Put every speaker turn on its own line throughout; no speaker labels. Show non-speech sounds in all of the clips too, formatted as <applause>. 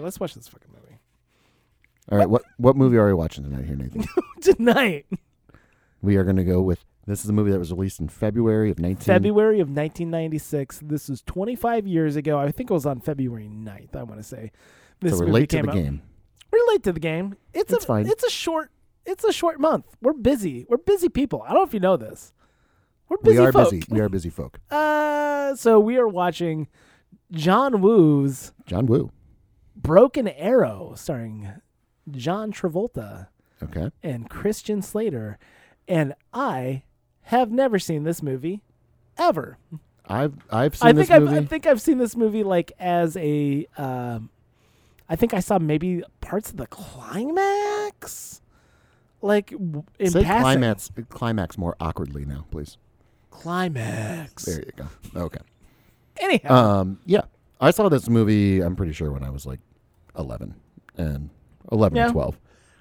let's watch this fucking movie
All right, what what movie are we watching tonight here, Nathan?
<laughs> tonight.
we are going to go with this is a movie that was released in February of 19
February of 1996. This was 25 years ago. I think it was on February 9th. I want to say. This
so we're
movie
late to
came
the
out.
game.
We're late to the game. It's,
It's
a
fine.
it's a short it's a short month. We're busy. We're busy people. I don't know if you know this. We're busy.
We are
folk.
busy. We are busy folk.
Uh, so we are watching John Woo's
John Woo.
Broken Arrow, starring John Travolta
Okay.
and Christian Slater, and I have never seen this movie ever.
I've I've seen
I
this
think I've,
movie.
I think I've seen this movie like as a. Um, I think I saw maybe parts of the climax, like w- in
Say
passing.
climax climax more awkwardly now, please.
Climax.
There you go. Okay.
Anyhow,
Um yeah. I saw this movie I'm pretty sure when I was like 11 and 11
Yeah.
or 12.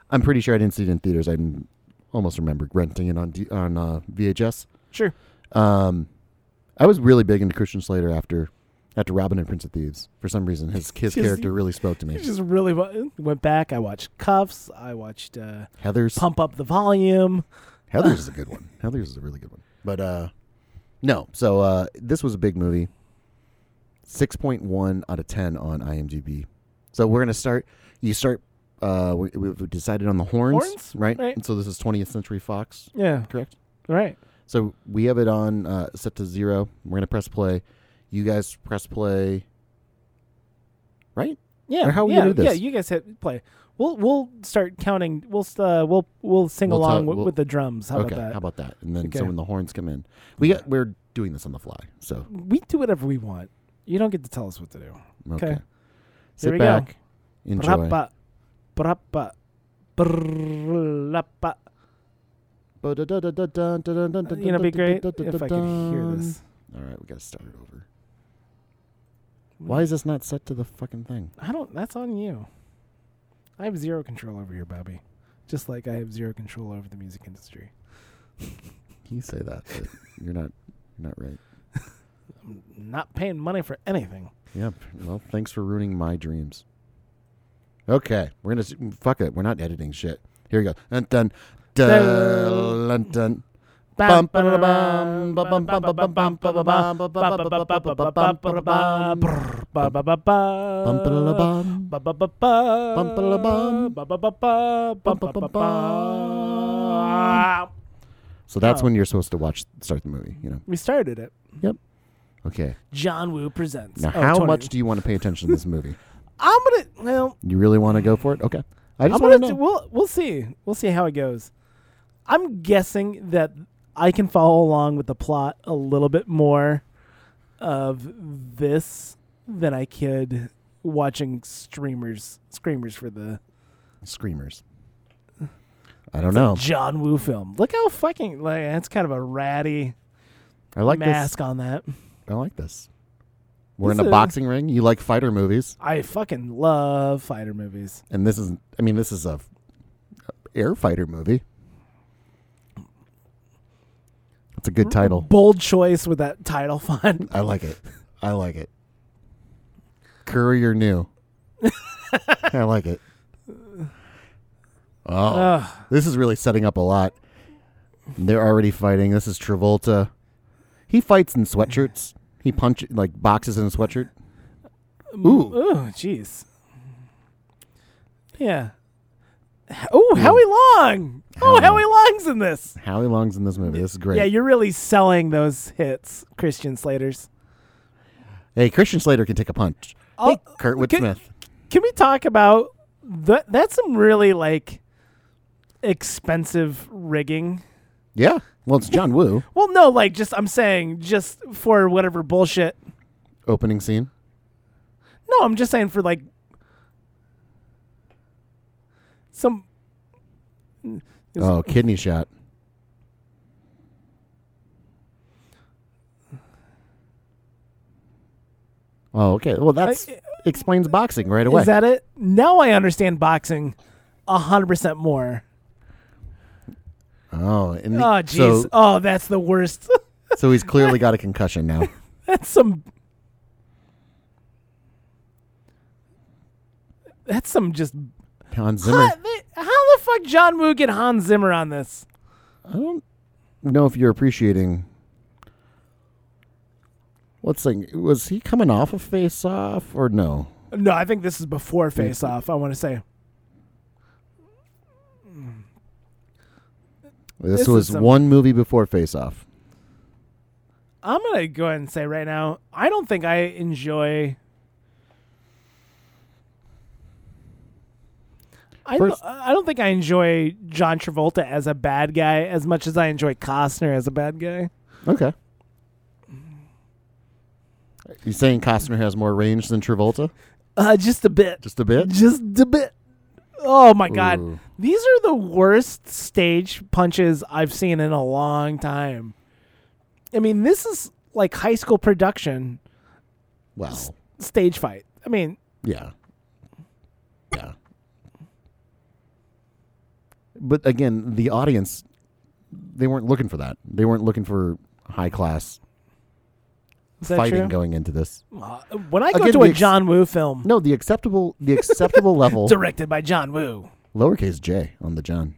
I'm pretty sure I didn't see it in theaters. I didn't- almost remember renting it on D, on uh, VHS.
sure.
Um, I was really big into Christian Slater after after Robin and Prince of Thieves. For some reason,
<laughs>
his his
Just-
character really spoke to
It
me.
just really wa- went back. I watched Cuffs. I watched uh,
Heather's
Pump Up the Volume.
Heather's is a good one. Heather's is a really good one. But uh, no, so uh, this was a big movie. Six point one out of ten on IMDb. So we're gonna start. You start. Uh, we, we've decided on the horns,
Horns?
right?
Right.
And so this is 20th Century Fox,
Yeah,
correct?
right.
So we have it on uh, set to zero. We're gonna press play. You guys press play. Right.
Yeah.
Or how we
yeah,
gonna do
Yeah,
this?
you guys hit play. We'll we'll start counting. We'll uh, we'll we'll sing
We'll tell-
along wi-
we'll-
with the drums. How
okay,
about that?
how about that? And then so
Okay.
when the horns come in, we got we're doing this on the fly. So
we do whatever we want. You don't get to tell us what to do.
okay,
Here
sit
we go.
back, enjoy.
Brappa, brappa, brappa. uh, You know, it'd be great if I could hear this.
All right, we got to start it over. Why is this not set to the fucking thing?
I don't. That's on you. I have zero control over your Bobby, just like I have zero control over the music industry.
You say that,
<laughs>
but you're not you're not right.
I'm not paying money for anything.
Yep. Well, thanks for ruining my dreams. Okay, we're gonna s- fuck it. We're not editing shit. Here we go. Dun dun dun dun. dun.
Bum, ba-da-da, bum, bum, bum, bum, bum, bum, bum, bum, bum, Brr, ba, ba, ba, ba.
Bum-ba-da-da-bum.
Ba, ba, ba, ba.
Bum-ba-da-bum.
Ba, ba, ba, ba. Ba, ba, ba, ba.
So that's
Oh.
when you're supposed to watch start the movie, you know.
We started it.
Okay.
John Woo presents.
Now
Oh,
how
20.
much do you want to pay attention to this movie?
I'm gonna. Well,
You really want to go for it? Okay. I
I'm
just
gonna.
want to
do-
know.
we'll we'll see. We'll see how it goes. I'm guessing that I can follow along with the plot a little bit more of this than I could watching streamers screamers for the
Screamers. I don't know.
John Woo film. Look how fucking like that's kind of a ratty
I like this.
mask on that.
I like this. We're in
This
a
is-
boxing ring. You like fighter movies,
I fucking love fighter movies.
and this is I mean, this is a f- air fighter movie. It's a
Mm.
good title.
Bold choice with that title <laughs> font.
I like it. I like it. Courier new. I like it. Oh,
Ugh.
this is really setting up a lot. They're already fighting. This is Travolta. He fights in sweatshirts. He punch like boxes in a sweatshirt.
Mm.
Ooh,
Ooh, jeez. Yeah. Oh, Howie Long. Oh,
Howie
Howie Long's in this.
Howie Long's in this movie. This is great.
Yeah, you're really selling those hits, Christian Slater's.
hey, Christian Slater can take a punch.
Oh,
hey, Kurtwood
can-
Smith.
Can we talk about that? That's some really like expensive rigging.
Yeah. Well, it's
<laughs>
John Woo
Well, no, like just I'm saying, just for whatever bullshit.
opening scene.
No, I'm just saying for like some. Is-
Oh, kidney shot. Oh, okay. Well, that's
I- uh,
explains boxing right away.
Is that it? Now I understand boxing a hundred percent more.
oh, and the-
Oh jeez.
So,
oh, that's the worst. <laughs>
so he's clearly got a concussion now.
that's some. that's some just.
Hans Zimmer.
How, they- how the fuck John Woo get Hans Zimmer on this?
I don't know if you're appreciating. What's thing? Was he coming off of Face Off or no?
No, I think this is before Face Off. I want to say
This,
This
was
is some-
one movie before Face Off.
I'm gonna go ahead and say right now, I don't think I enjoy. I don't,
First-
I don't think I enjoy John Travolta as a bad guy as much as I enjoy Costner as a bad guy.
Okay. You saying Costner has more range than Travolta?
Uh, just a bit.
Just a bit.
Just a bit. Oh my god.
Ooh.
These are the worst stage punches I've seen in a long time. I mean, this is like high school production
Wow.
stage fight. I mean,
Yeah. Yeah. But again, the audience they weren't looking for that. They weren't looking for high class
is that
fighting
true?
going into this.
Uh, when I go
Again,
to a
the ex-
John Woo film
No, the acceptable
<laughs>
the acceptable level
directed by John Woo,
lowercase j on the John.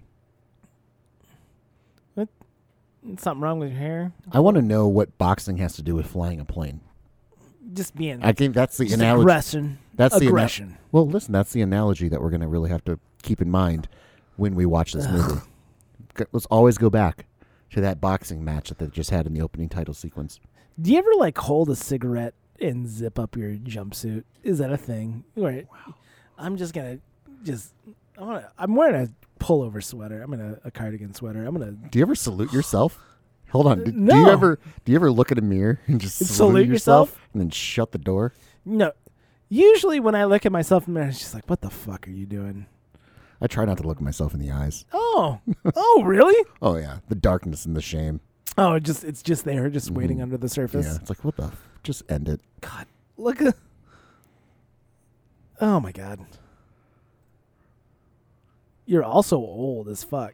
something wrong with your hair?
I want to know what boxing has to do with flying a plane.
Just being
I think that's the
just
analogy.
aggression.
that's the ana-
aggression.
well, listen, that's the analogy that we're going to really have to keep in mind when we watch this movie. G- Let's always go back to that boxing match that they just had in the opening title sequence.
Do you ever like hold a cigarette and zip up your jumpsuit? Is that a thing? Where I'm just gonna just I wanna, I'm wearing a pullover sweater. I'm in a, a cardigan sweater. I'm gonna
Do you ever salute yourself? Hold on. Do, do you
no.
ever do you ever look at a mirror and just salute,
Salute yourself?
and then shut the door?
no. Usually when I look at myself in the mirror, it's just like, what the fuck are you doing?
I try not to look myself in the eyes.
Oh,
<laughs>
oh, really?
Oh yeah, the darkness and the shame.
Oh, it just it's just there, just waiting under the surface.
Mm-hmm. Yeah, it's like what the f- just end it.
God, look. a- Oh my God. You're also old as fuck.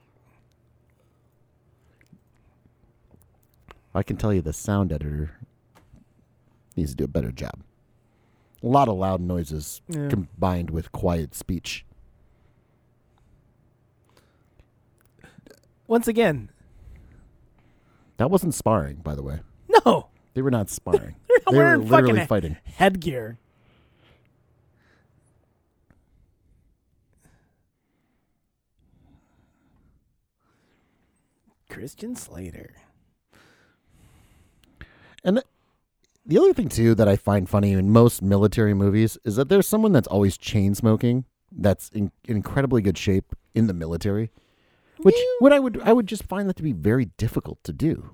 I can tell you the sound editor needs to do a better job. A lot of loud noises
Yeah.
combined with quiet speech.
Once again,
That wasn't sparring, by the way.
no. <laughs>
They were not sparring.
not
they were
wearing fucking
literally
a-
fighting.
Headgear. Christian Slater.
And the other thing too that I find funny in most military movies is that there's someone that's always chain smoking that's in incredibly good shape in the military, which what I would I would just find that to be very difficult to do.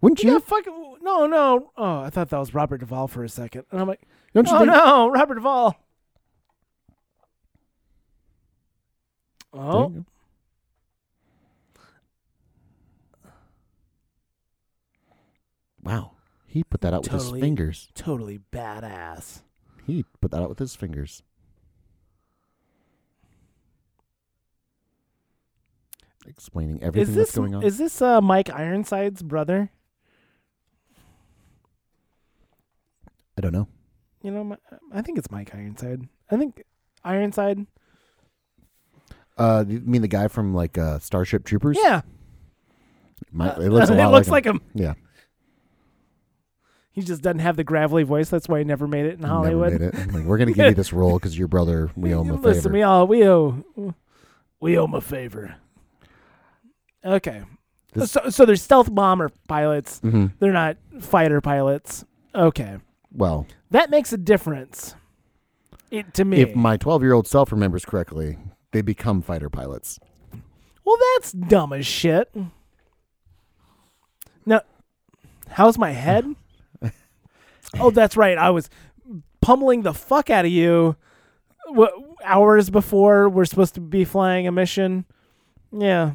Wouldn't you?
Yeah, fucking no, no. Oh, I thought that was Robert Duvall for a second, and I'm like,
Don't you
oh
think?
no, Robert Duvall.
There you
Oh,
go. Wow, he put that out with
Totally.
his fingers.
totally badass.
He put that out with his fingers. Explaining everything
is this
that's going on.
is this uh, Mike Ironside's brother?
I don't know.
You know, my, I think it's Mike Ironside. I think Ironside.
Uh, you mean the guy from like uh, Starship Troopers?
Yeah,
My-
<laughs>
it looks a
it
lot
looks
like,
like him.
him. Yeah,
He just doesn't have the gravelly voice. That's why he never made it in
never
Hollywood.
made it. I'm like, we're gonna give you this role because your brother.
<laughs>
We owe him a
Listen,
favor.
we all we owe we owe him a favor. Okay,
This-
so so they're stealth bomber pilots.
Mhm.
They're not fighter pilots. Okay,
Well,
that makes a difference. It to me.
if my 12 year old self remembers correctly, they become fighter pilots.
well, that's dumb as shit. Now, how's my
<laughs>
head? oh, that's right. I was pummeling the fuck out of you wh- hours before we're supposed to be flying a mission. Yeah.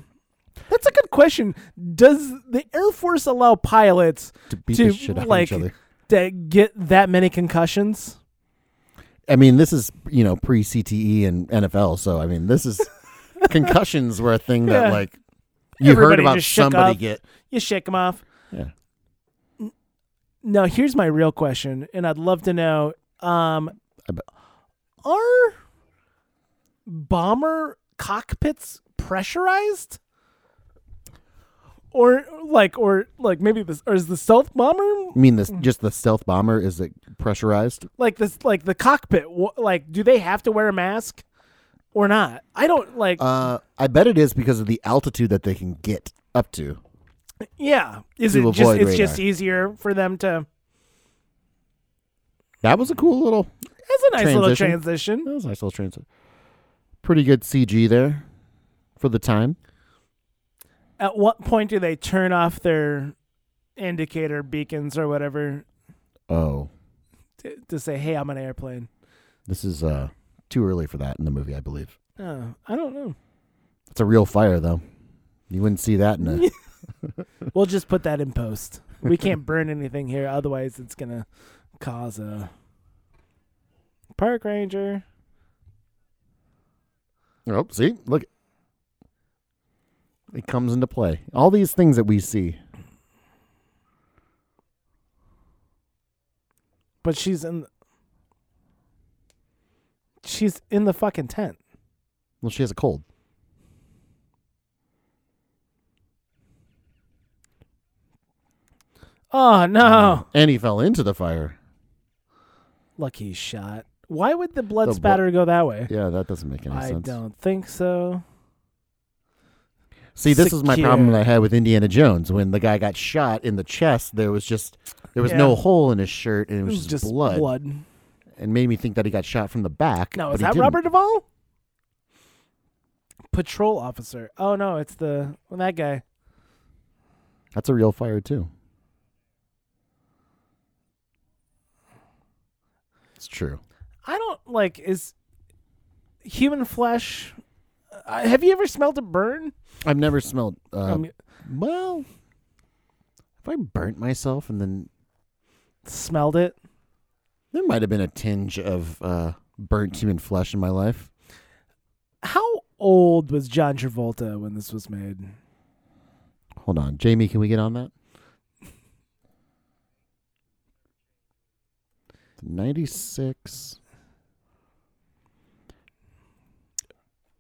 That's a good question. Does the Air Force allow pilots
To beat
To,
the shit out
like-
of each other.
to get that many concussions?
I mean, this is you know pre CTE and NFL, so I mean,
<laughs>
this is concussions were a thing that
Yeah.
like you heard
Everybody
about
just shook
somebody
off.
get.
You shake them off.
Yeah.
Now, here's my real question, and I'd love to know: um,
I bet-
Are bomber cockpits pressurized? Or like, or like maybe this, or is the stealth bomber
I mean, this just the stealth bomber is it pressurized?
like this, like the cockpit? wh- Like, do they have to wear a mask or not? I don't like.
Uh, I bet it is because of the altitude that they can get up to.
yeah, is
to
it just?
avoid
It's just
radar.
easier for them to.
That was a cool little.
It's a nice little
Transition.
transition.
That was a nice little transit. Pretty good CG there for the time.
At what point do they turn off their indicator beacons or whatever
Oh,
to, to say, "Hey, I'm an airplane"?
this is uh too early for that in the movie, I believe.
Oh, I don't know.
It's a real fire though. You wouldn't see that in a.
We'll just put that in post. We can't burn anything here, otherwise it's gonna cause a park ranger.
oh, see, look. It comes into play. All these things that we see.
But she's in. She's in the fucking tent.
Well, she has a cold.
Oh no!
And he fell into the fire.
Lucky shot. Why would the blood
The blo-
spatter go that way?
Yeah, that doesn't make
<laughs>
any
I
sense.
don't think so.
See, this is my problem
Secure.
that I had with Indiana Jones. When the guy got shot in the chest, there was just there was
Yeah.
no hole in his shirt, and it was,
It's
just, blood, and made me think that he got shot from the back.
No,
but
is
he
that
didn't.
Robert Duvall? Patrol officer. Oh no, it's the well, that guy.
That's a real fire too. It's true.
I don't like is human flesh. Uh, have you ever smelled a burn?
I've never smelled. Uh,
I mean,
well, if I burnt myself, and then
smelled it.
there might have been a tinge of uh, burnt human flesh in my life.
How old was John Travolta when this was made?
Hold on, Jamie, can we get on that? Ninety six.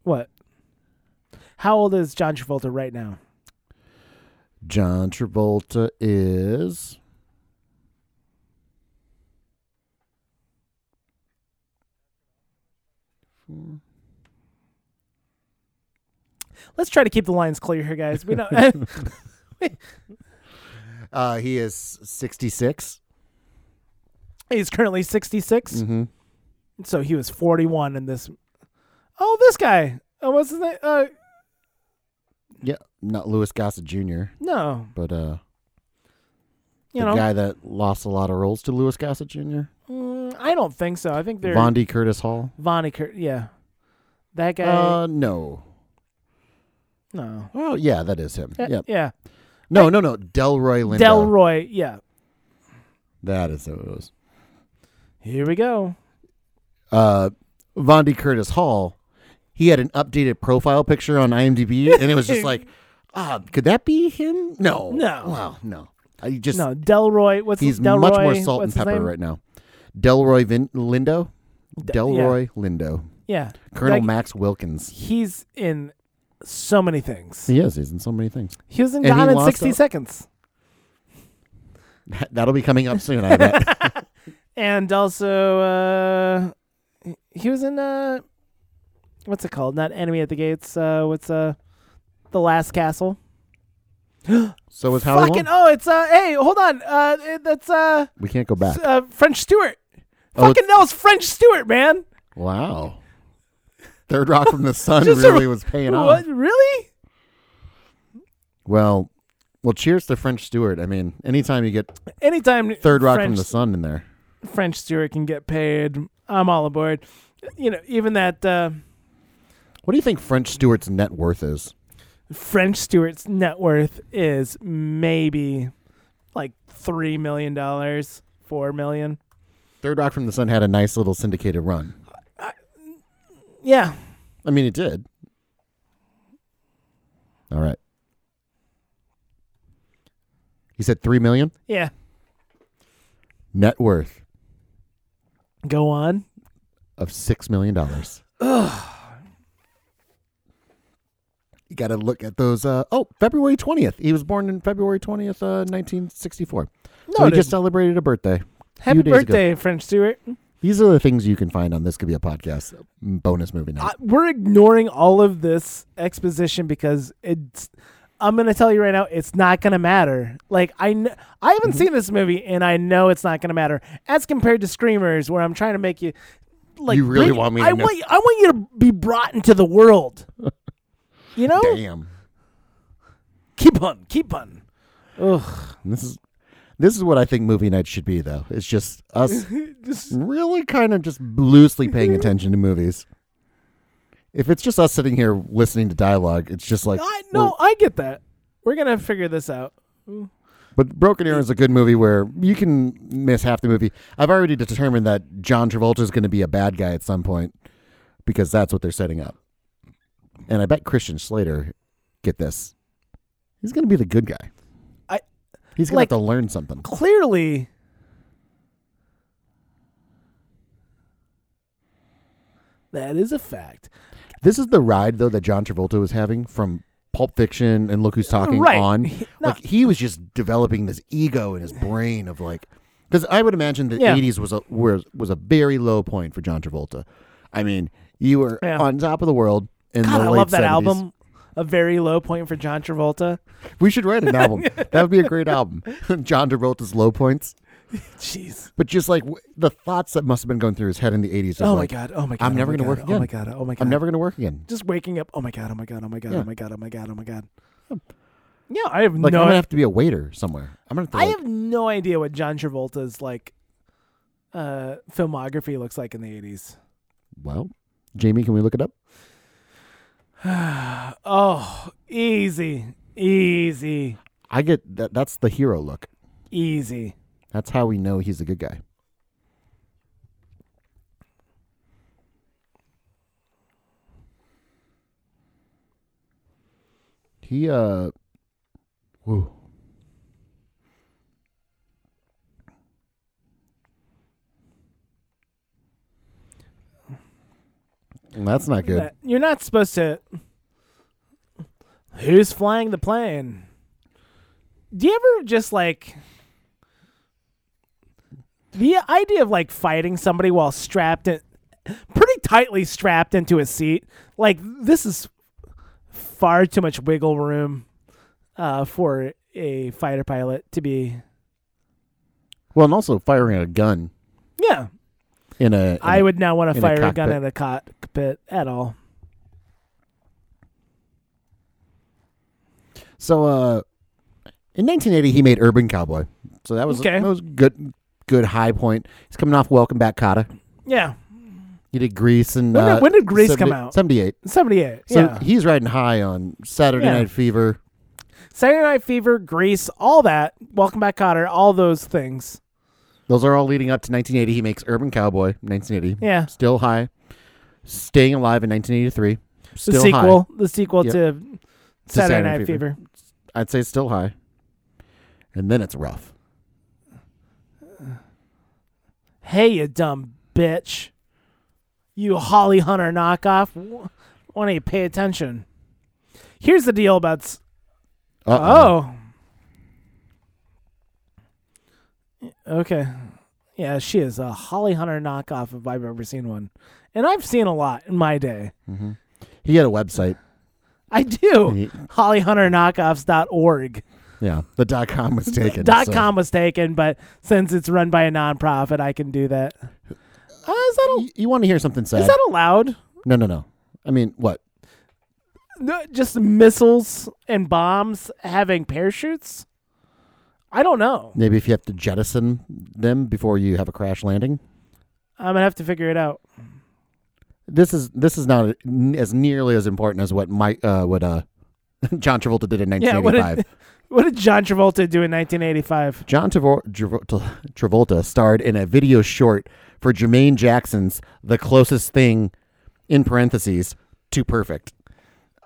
What? How old is John Travolta right now?
John Travolta is
Let's try to keep the lines clear here, guys. We
<laughs>
don't.
uh he is sixty
<laughs> he's currently sixty-six,
Mm-hmm.
so he was forty-one in this. Oh, this guy. Oh, what's his name? Uh,
Yeah, not Louis Gossett Jr.,
no,
but uh
you
the
know,
guy that lost a lot of roles to Louis Gossett Jr.
mm, I don't think so. I think they're
Von D. Curtis Hall.
Vonnie. Cur- yeah, that guy.
Uh no.
no.
Oh yeah, that is him.
Yeah,
Yep.
yeah.
No, no, no. Delroy Lindo.
Delroy. Yeah.
That is who it was.
Here we go.
uh, Vondi Curtis Hall, he had an updated profile picture on IMDb, and it
<laughs>
was just like, ah, could that be him? No,
No.
wow, no. I just
No, Delroy. What's
he's
Delroy,
much more salt and
what's his
pepper
name?
right now. Delroy Vin- Lindo,
D-
Delroy Lindo,
Yeah,
Colonel
Like-
Max Wilkins.
he's in so many things.
He is. He's in so many things. <laughs>
He was in
And he
Gone in
lost
60
out.
Seconds.
That- That'll be coming up soon.
<laughs>
I bet.
And also, uh, he was in, uh, what's it called? Not Enemy at the Gates. Uh, what's, uh, The Last Castle?
so is Howie.
Fucking, oh,
Long.
it's, uh, hey, hold on. Uh, it- that's, uh,
We can't go back.
s- uh French Stewart.
Oh,
Fucking, that was French Stewart, man.
Wow. Third Rock from the Sun
<laughs> Just a-
really was paying off.
What? Really?
Well, well, cheers to French Stewart. I mean, anytime you get
Anytime
Third Rock
French
from the Sun in there.
French Stewart can get paid. I'm all aboard. You know, even that uh,
What do you think French Stewart's net worth is?
French Stewart's net worth is maybe like three million dollars, four million.
Third Rock from the Sun had a nice little syndicated run.
Yeah,
I mean, it did. All right. He said three million
yeah.
net worth
Go on.
of six million dollars. You got to look at those. Uh, oh, February 20th. He was born in February 20th, uh, 1964. so he
Noted.
just celebrated a birthday.
Happy
days ago.
birthday, French Stewart.
These are the things you can find on This Could Be a Podcast Mm, bonus movie night.
I, we're ignoring all of this exposition because it's. I'm gonna tell you right now, it's not gonna matter. Like I, kn- I haven't
Mm-hmm.
seen this movie, and I know it's not gonna matter as compared to Screamers, where I'm trying to make you. Like
You really
bring-
want me to
I
know.
want. I want you to be brought into the world. You know,
Damn.
keep on, keep on. Ugh,
This is this is what I think movie night should be, though. It's just us
<laughs> Just-
really kind of just loosely paying attention to movies. If it's just us sitting here listening to dialogue, it's just like
I no, I get that. We're gonna figure this out.
But Broken Arrow is a good movie where you can miss half the movie. I've already determined that John Travolta is going to be a bad guy at some point because that's what they're setting up. And I bet Christian Slater, get this, he's going to be the good guy.
I-
he's going
like-
to have to learn something.
Clearly, that is a fact.
This is the ride though that John Travolta was having from Pulp Fiction and Look Who's Talking
Right. <laughs>
on.
He- no.
Like he was just developing this ego in his brain of like, because I would imagine the
Yeah.
'80s was a was, was a very low point for John Travolta. I mean, you were
Yeah.
on top of the world in
God,
the
I
late
love that
70s.
album. A very low point for John Travolta.
We should write
<laughs>
an album. that would be a great album. <laughs> John Travolta's low points,
Jeez.
but just like w- the thoughts that must have been going through his head in the '80s. Of
Oh my
like,
god. Oh my god.
I'm
oh
never
my
gonna work
God, Oh my god. Oh my god.
I'm never going to work again.
Just waking up. Oh my god. Oh my god. Oh my god.
Yeah.
Oh my god. Oh my god. Oh my god. Yeah, I have
Like
no.
I'm going to have to be a waiter somewhere. I'm going to.
I have no idea what John Travolta's like uh filmography looks like in the 80s.
Well, Jamie, can we look it up?
Oh, easy. Easy.
I get that. That's the hero look.
Easy.
That's how we know he's a good guy. He uh, whoa. That's not good.
That- You're not supposed to. Who's flying the plane? Do you ever just like the idea of like fighting somebody while strapped in, pretty tightly strapped into a seat? Like this is far too much wiggle room uh, for a fighter pilot to be.
Well, and also firing a gun
Yeah,
in a. in
I
a-
would not want
in
to
a
fire a, gun
cockpit.
at a cockpit at all.
So uh in 1980 he made Urban Cowboy. So that was
Okay.
that was good good high point. He's coming off Welcome Back Kata.
Yeah,
He did Grease and
When did-
uh,
when did Grease come
70
out?
78.
seventy-eight.
So
yeah.
he's riding high on Saturday
Yeah.
Night Fever.
Saturday Night Fever, Grease, all that. Welcome Back, Cotter, all those things.
Those are all leading up to 1980 he makes Urban Cowboy 1980.
Yeah.
Still high. Staying alive in 1983.
The
Still
sequel, the sequel
Yep.
to Saturday,
Saturday
Night
Night
Fever.
high. I'd say still high. And then it's rough.
Hey, you dumb bitch! You Holly Hunter knockoff. Wh- Why don't you pay attention? Here's the deal about. s-
Uh-oh.
Oh. Okay. Yeah, she is a Holly Hunter knockoff if I've ever seen one, and I've seen a lot in my day.
He had a website.
I do.
He-
HollyHunterKnockoffs.org.
yeah. The dot com
<laughs>
was taken.
Dot
so-
com was taken, but since it's run by a nonprofit, I can do that. Uh, is that
You, want to hear something sad?
is that allowed?
No, no, no. I mean, what?
No, Just missiles and bombs having parachutes? I don't know.
Maybe if you have to jettison them before you have a crash landing.
I'm gonna have to figure it out.
This is this is not as nearly as important as what Mike uh, what uh, <laughs> John Travolta did in
Yeah, what
1985.
did, <laughs> what did John Travolta do in 1985?
John Travol- Travolta, Travolta starred in a video short for Jermaine Jackson's "The Closest Thing" in parentheses to perfect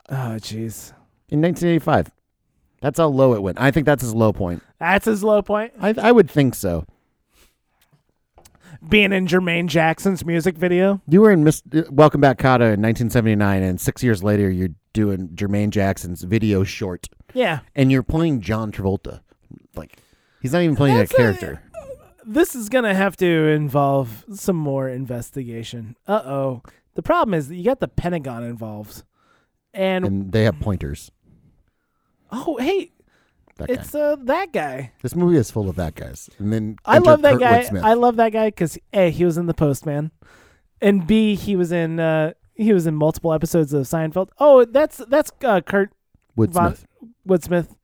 Oh, jeez,
in 1985. That's how low it went. I think that's his low point.
that's his low point.
I I would think so.
Being in Jermaine Jackson's music video.
uh, You were in Miss Welcome Back Kata in 1979, and six years later, you're doing Jermaine Jackson's video short,
Yeah.
and you're playing John Travolta. Like he's not even playing
That's
that
a-
character.
This is going to have to involve some more investigation. Uh oh. The problem is that you got the Pentagon involved. And,
and they have pointers.
oh, hey,
That guy.
it's uh, that guy.
This movie is full of that guys. And then
I
enter
love that
Kurtwood
guy.
Smith.
I love that guy because A, he was in The Postman. And B, he was in. Uh, he was in multiple episodes of Seinfeld. Oh, that's that's uh, Kurt
Wood
Von-
Smith.
Woodsmith.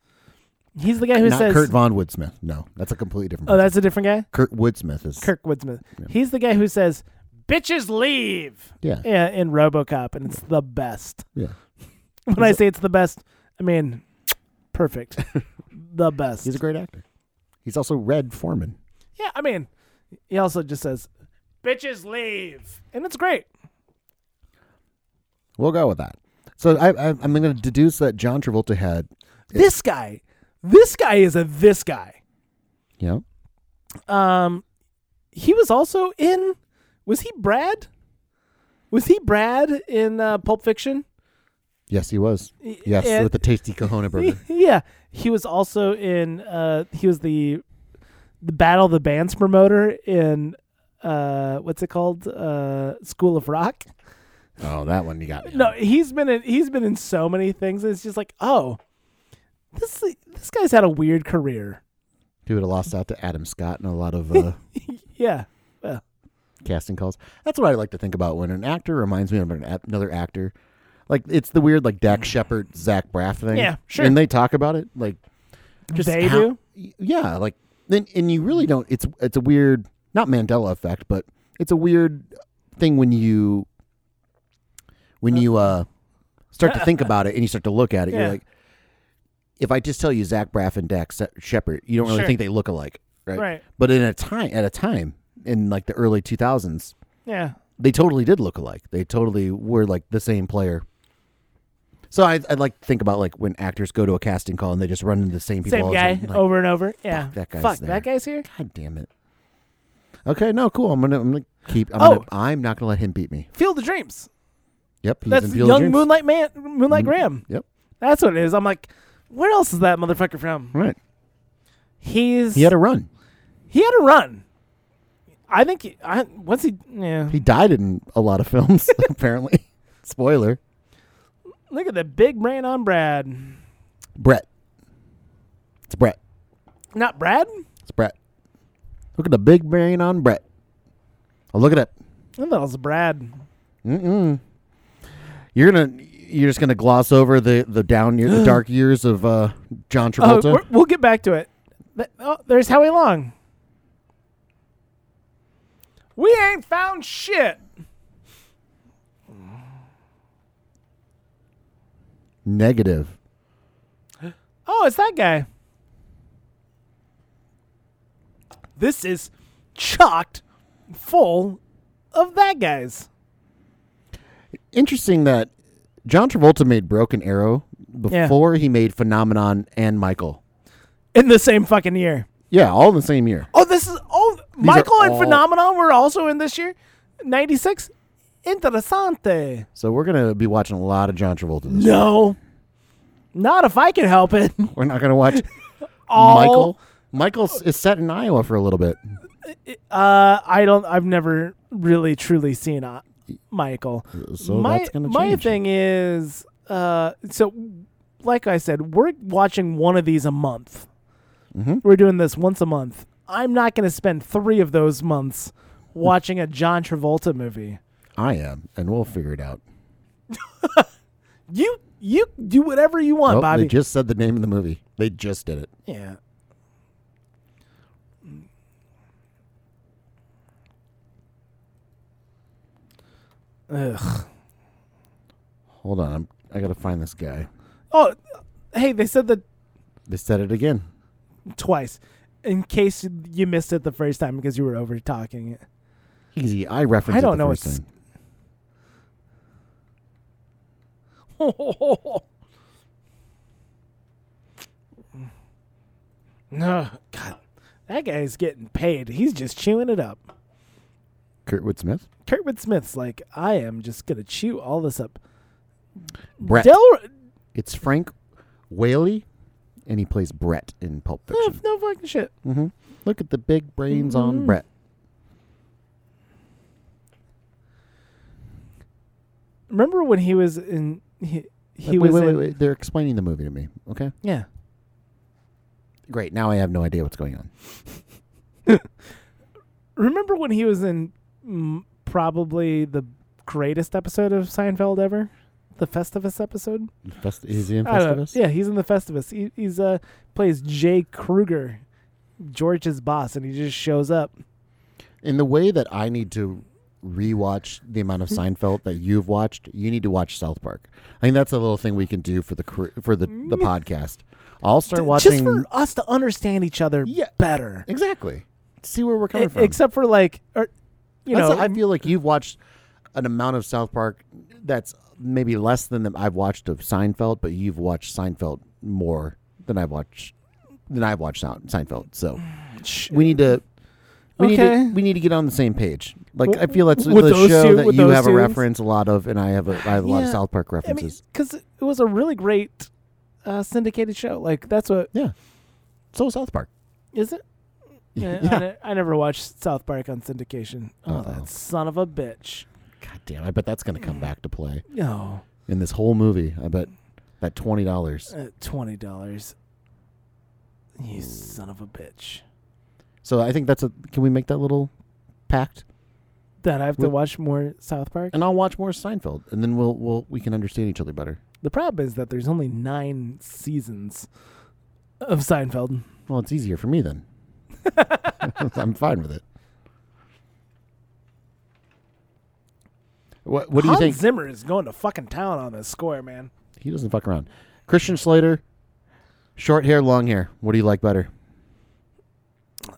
He's the guy who
Not
says.
Kurt Von Woodsmith. No, that's a completely different.
oh,
person.
that's a different guy.
Kurt Woodsmith is
Kirk Woodsmith.
Yeah.
He's the guy who says, "Bitches leave."
yeah,
Yeah, in RoboCop, and it's the best. <laughs>
yeah.
When I say it's the best, I mean perfect, <laughs> the best.
He's a great actor. He's also Red Foreman.
yeah, I mean, he also just says, "Bitches leave," and it's great.
We'll go with that. So I, I, I'm going to deduce that John Travolta had,
This guy, this guy is a this guy.
you know,
Um, he was also in. Was he Brad? Was he Brad in uh, Pulp Fiction?
yes, he was.
Y-
Yes,
and-
with the tasty Cajona
<laughs>
burger.
yeah, he was also in. Uh, he was the the Battle of the Bands promoter in uh, what's it called? Uh, School of Rock.
oh, that one you got me.
No,
on.
he's been in. He's been in so many things. It's just like, oh, this this guy's had a weird career. <laughs>
he would have lost out to Adam Scott and a lot of uh,
yeah,
casting calls. That's what I like to think about when an actor reminds me of an, ap- another actor. Like it's the weird like Dak Shepard, Zach Braff thing.
Yeah, sure.
And they talk about it like just
they
how-
do.
yeah, like then and you really don't it's it's a weird not Mandela effect, but it's a weird thing when you when you uh start to
<laughs>
think about it and you start to look at it,
Yeah.
you're like if I just tell you Zach Braff and Dak Se- Shepard, you don't really
Sure.
think they look alike, right?
Right.
But in a time at a time in like the early 2000s,
Yeah.
they totally did look alike. They totally were like the same player. So I I like to think about like when actors go to a casting call and they just run into the same people.
Same
all the
guy
time, like,
over and over. Yeah.
fuck, that guy's
Fuck,
there.
that guy's here.
God damn it. Okay, no, cool. I'm gonna I'm gonna keep. I'm,
Oh.
gonna, I'm not gonna let him beat me.
Field of Dreams.
Yep, he's in
That's
Field of
young
Dreams.
Moonlight Man, Moonlight
Mhm.
Graham.
Yep.
That's what it is. I'm like, where else is that motherfucker from?
Right.
He's
He had a run.
he had a run. I think he, I once he yeah.
He died in a lot of <laughs> films. apparently, spoiler.
Look at the big brain on Brad.
Brett. It's Brett.
Not Brad.
It's Brett. Look at the big brain on Brett. Oh, look at it.
I thought it was Brad.
Mm-mm. You're gonna. You're just gonna gloss over the the
<gasps>
down year, the dark years of uh, John
Oh,
Travolta.
we're- we'll get back to it. Th- Oh, there's Howie Long. We ain't found shit.
Negative.
Oh, it's that guy. This is chocked full of that guys.
interesting that John Travolta made Broken Arrow before he made Phenomenon and Michael.
in the same fucking year.
Yeah, all in the same year.
Oh, this is oh Michael and
all-
Phenomenon were also in this year, ninety six. Interessante.
So we're gonna be watching a lot of John Travolta. This year.
No, not if I can help it.
We're not gonna watch
<laughs> All,
Michael. Michael s- is set in Iowa for a little bit.
Uh, I don't. I've never really truly seen uh, Michael.
Uh, So
my
that's gonna
my
change.
thing is, uh, so like I said, we're watching one of these a month.
Mhm.
We're doing this once a month. I'm not going to spend three of those
<laughs>
months watching a John Travolta movie.
I am, and we'll figure it out.
You you do whatever you want,
Oh,
Bobby.
They just said the name of the movie. They just did it.
yeah. Ugh.
Hold on, I'm, I gotta find this guy.
Oh, hey, they said that
They said it again.
twice. In case you missed it the first time because you were over talking
<laughs>
it.
Easy. I referenced.
I
it
don't
the
know
First
what's-
time.
no, God, that guy's getting paid. He's just chewing it up.
Kurtwood Smith.
Kurtwood Smith's like, I am just gonna chew all this up.
Brett.
Del.
it's Frank Whaley, and he plays Brett in Pulp
No,
Fiction.
no fucking shit.
hmm Look at the big brains
Mhm.
on Brett.
Remember when he was in? He, he
wait,
was
wait, wait,
in-
wait. They're explaining the movie to me. Okay,
Yeah.
great. Now I have no idea what's going on.
Remember when he was in mm, probably the greatest episode of Seinfeld ever, the Festivus episode.
Fest- is he in
I don't know.
Festivus?
Yeah, he's in the Festivus. He, he's uh plays Jay Kruger, George's boss, and he just shows up.
In the way that I need to rewatch the amount
Hmm.
of Seinfeld that you've watched, you need to watch South Park. I think that's a little thing we can do for the cr- for the, the podcast. I'll start watching.
Hmm. just for us to understand each other
Yeah.
better.
exactly. See where we're coming
E-
from.
Except for like, or, you
That's-
know,
I feel like you've watched an amount of South Park that's maybe less than the, I've watched of Seinfeld, but you've watched Seinfeld more than I've watched than I've watched Sein- Seinfeld. So
sh-
we need to. We
Okay.
need to we need to get on the same page. Like
W-
I feel like
with
the
those
show
two-
that
with
you
those
have a
dudes?
reference a lot of, and I have a I have a lot of
Yeah.
South Park
I mean,
references.
because it was a really great uh, syndicated show. Like that's what
so is South Park.
is it? Yeah, I,
<laughs> Yeah.
ne- I never watched South Park on syndication. Oh,
Uh-oh.
that son of a bitch!
God damn! I bet that's going to come back to play
No,
in this whole movie. I bet that twenty dollars.
uh, twenty dollars. You son of a bitch!
So I think that's a. Can we make that little pact?
That I have to
Wh-
watch more South Park.
and I'll watch more Seinfeld, and then we'll we'll we can understand each other better.
The problem is that there's only nine seasons of Seinfeld. <laughs>
Well, it's easier for me then. <laughs> I'm fine with it. What What do you
Hans
think?
Zimmer is going to fucking town on this score, man.
he doesn't fuck around. Christian Slater, short hair, long hair. What do you like better?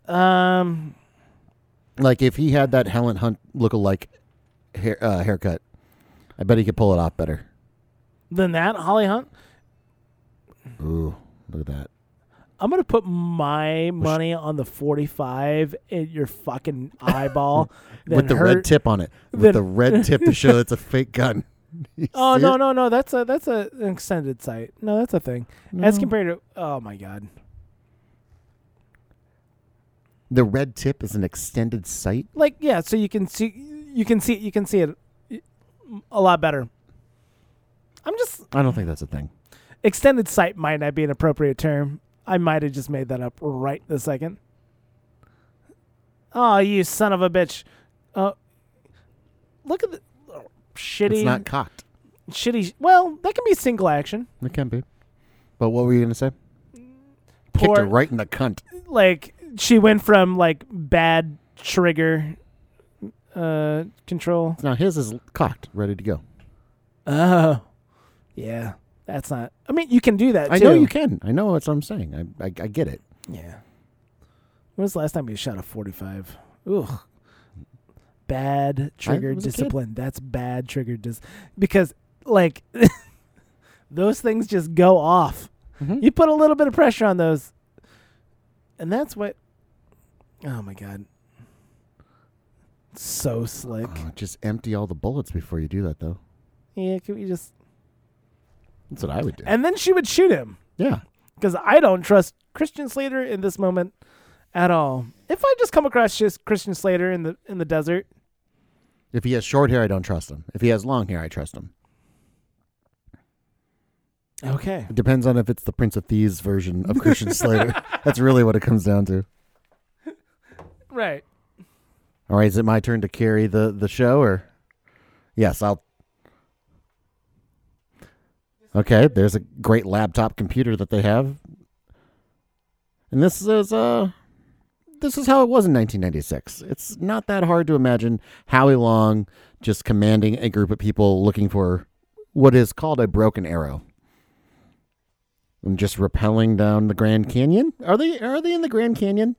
Um,
Like if he had that Helen Hunt lookalike hair uh, haircut, I bet he could pull it off better.
than that, Holly Hunt.
Ooh, look at that.
I'm gonna put my money on the 45 in your
<laughs>
fucking eyeball than
With the
her-
red tip on it. With
then-
the red tip to show that's a fake gun. <laughs> You
Oh
see
no
it?
no no! That's a that's a an extended sight. No, that's a thing. As
No.
compared to oh my god,
The red tip is an extended sight.
like yeah, so you can see you can see you can see it a lot better. I'm just
I don't think that's a thing.
extended sight might not be an appropriate term. I might have just made that up right the second. Oh, you son of a bitch! Uh, look at the oh, shitty.
It's not cocked.
shitty. Well, that can be single action.
It can be. But what were you gonna say? Kicked her
Poor,
right in the cunt.
like she went from like bad trigger uh control.
Now his is cocked, ready to go.
Oh, yeah. That's not. I mean, you can do that.
I
too.
know you can. I know that's what I'm saying. I, I, I get it.
Yeah. When was the last time you shot a forty-five? Ugh. Bad trigger
was a kid.
discipline. That's bad trigger dis. Because like <laughs> those things just go off. You put a little bit of pressure on those. And that's what Oh my god. So slick.
Oh, just empty all the bullets before you do that, though.
Yeah, can we just
That's what I would do.
And then she would shoot him.
yeah.
Because I don't trust Christian Slater in this moment at all. If I just come across just Christian Slater in the in the desert,
If he has short hair, I don't trust him. If he has long hair, I trust him.
okay.
It depends on if it's the Prince of Thieves version of Christian Slater. That's really what it comes down to.
Right.
All right, is it my turn to carry the the show or Yes, I'll Okay, there's a great laptop computer that they have. And this is uh this is how it was in 1996. It's not that hard to imagine Howie Long just commanding a group of people looking for what is called a broken arrow. And just rappelling down the Grand Canyon? Are they are they in the Grand Canyon?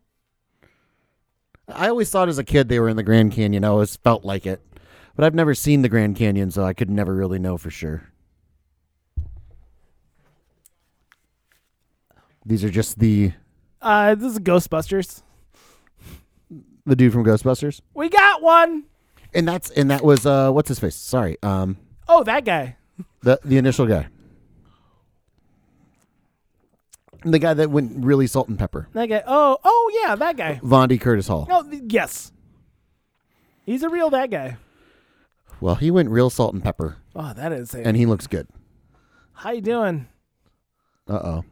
I always thought as a kid they were in the Grand Canyon. I always felt like it. But I've never seen the Grand Canyon, so I could never really know for sure. These are just the
Uh this is Ghostbusters.
the dude from Ghostbusters.
We got one.
And that's and that was uh what's his face? Sorry. Um
Oh, that guy.
The the initial guy. The guy that went really salt and pepper.
That guy. Oh, oh yeah, that guy.
Vondi Curtis Hall.
Oh, th- yes. He's a real that guy.
Well, he went real salt and pepper,
Oh, that is a.
and he looks good.
How you doing?
Uh oh.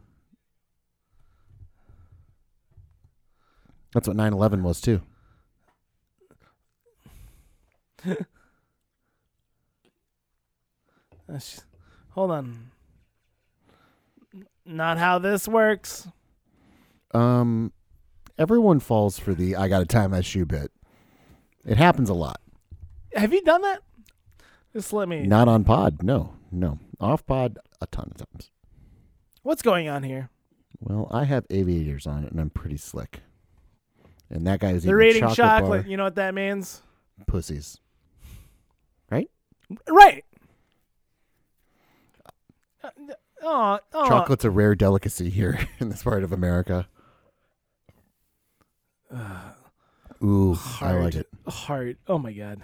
That's what 9 11 was, too.
Uh, sh- Hold on. N- Not how this works.
Um, everyone falls for the I got to tie my shoe bit. It happens a lot.
Have you done that? Just let me.
Not on pod. No, no. Off pod, a ton of times.
What's going on here?
Well, I have aviators on it, and I'm pretty slick. And that guy is
They're
eating
eating chocolate.
chocolate,
You know what that means?
bar pussies.
Right. Oh, oh.
Chocolate's a rare delicacy here <laughs> in this part of America. Ooh, I like
Hard.
it.
Heart. Oh my god.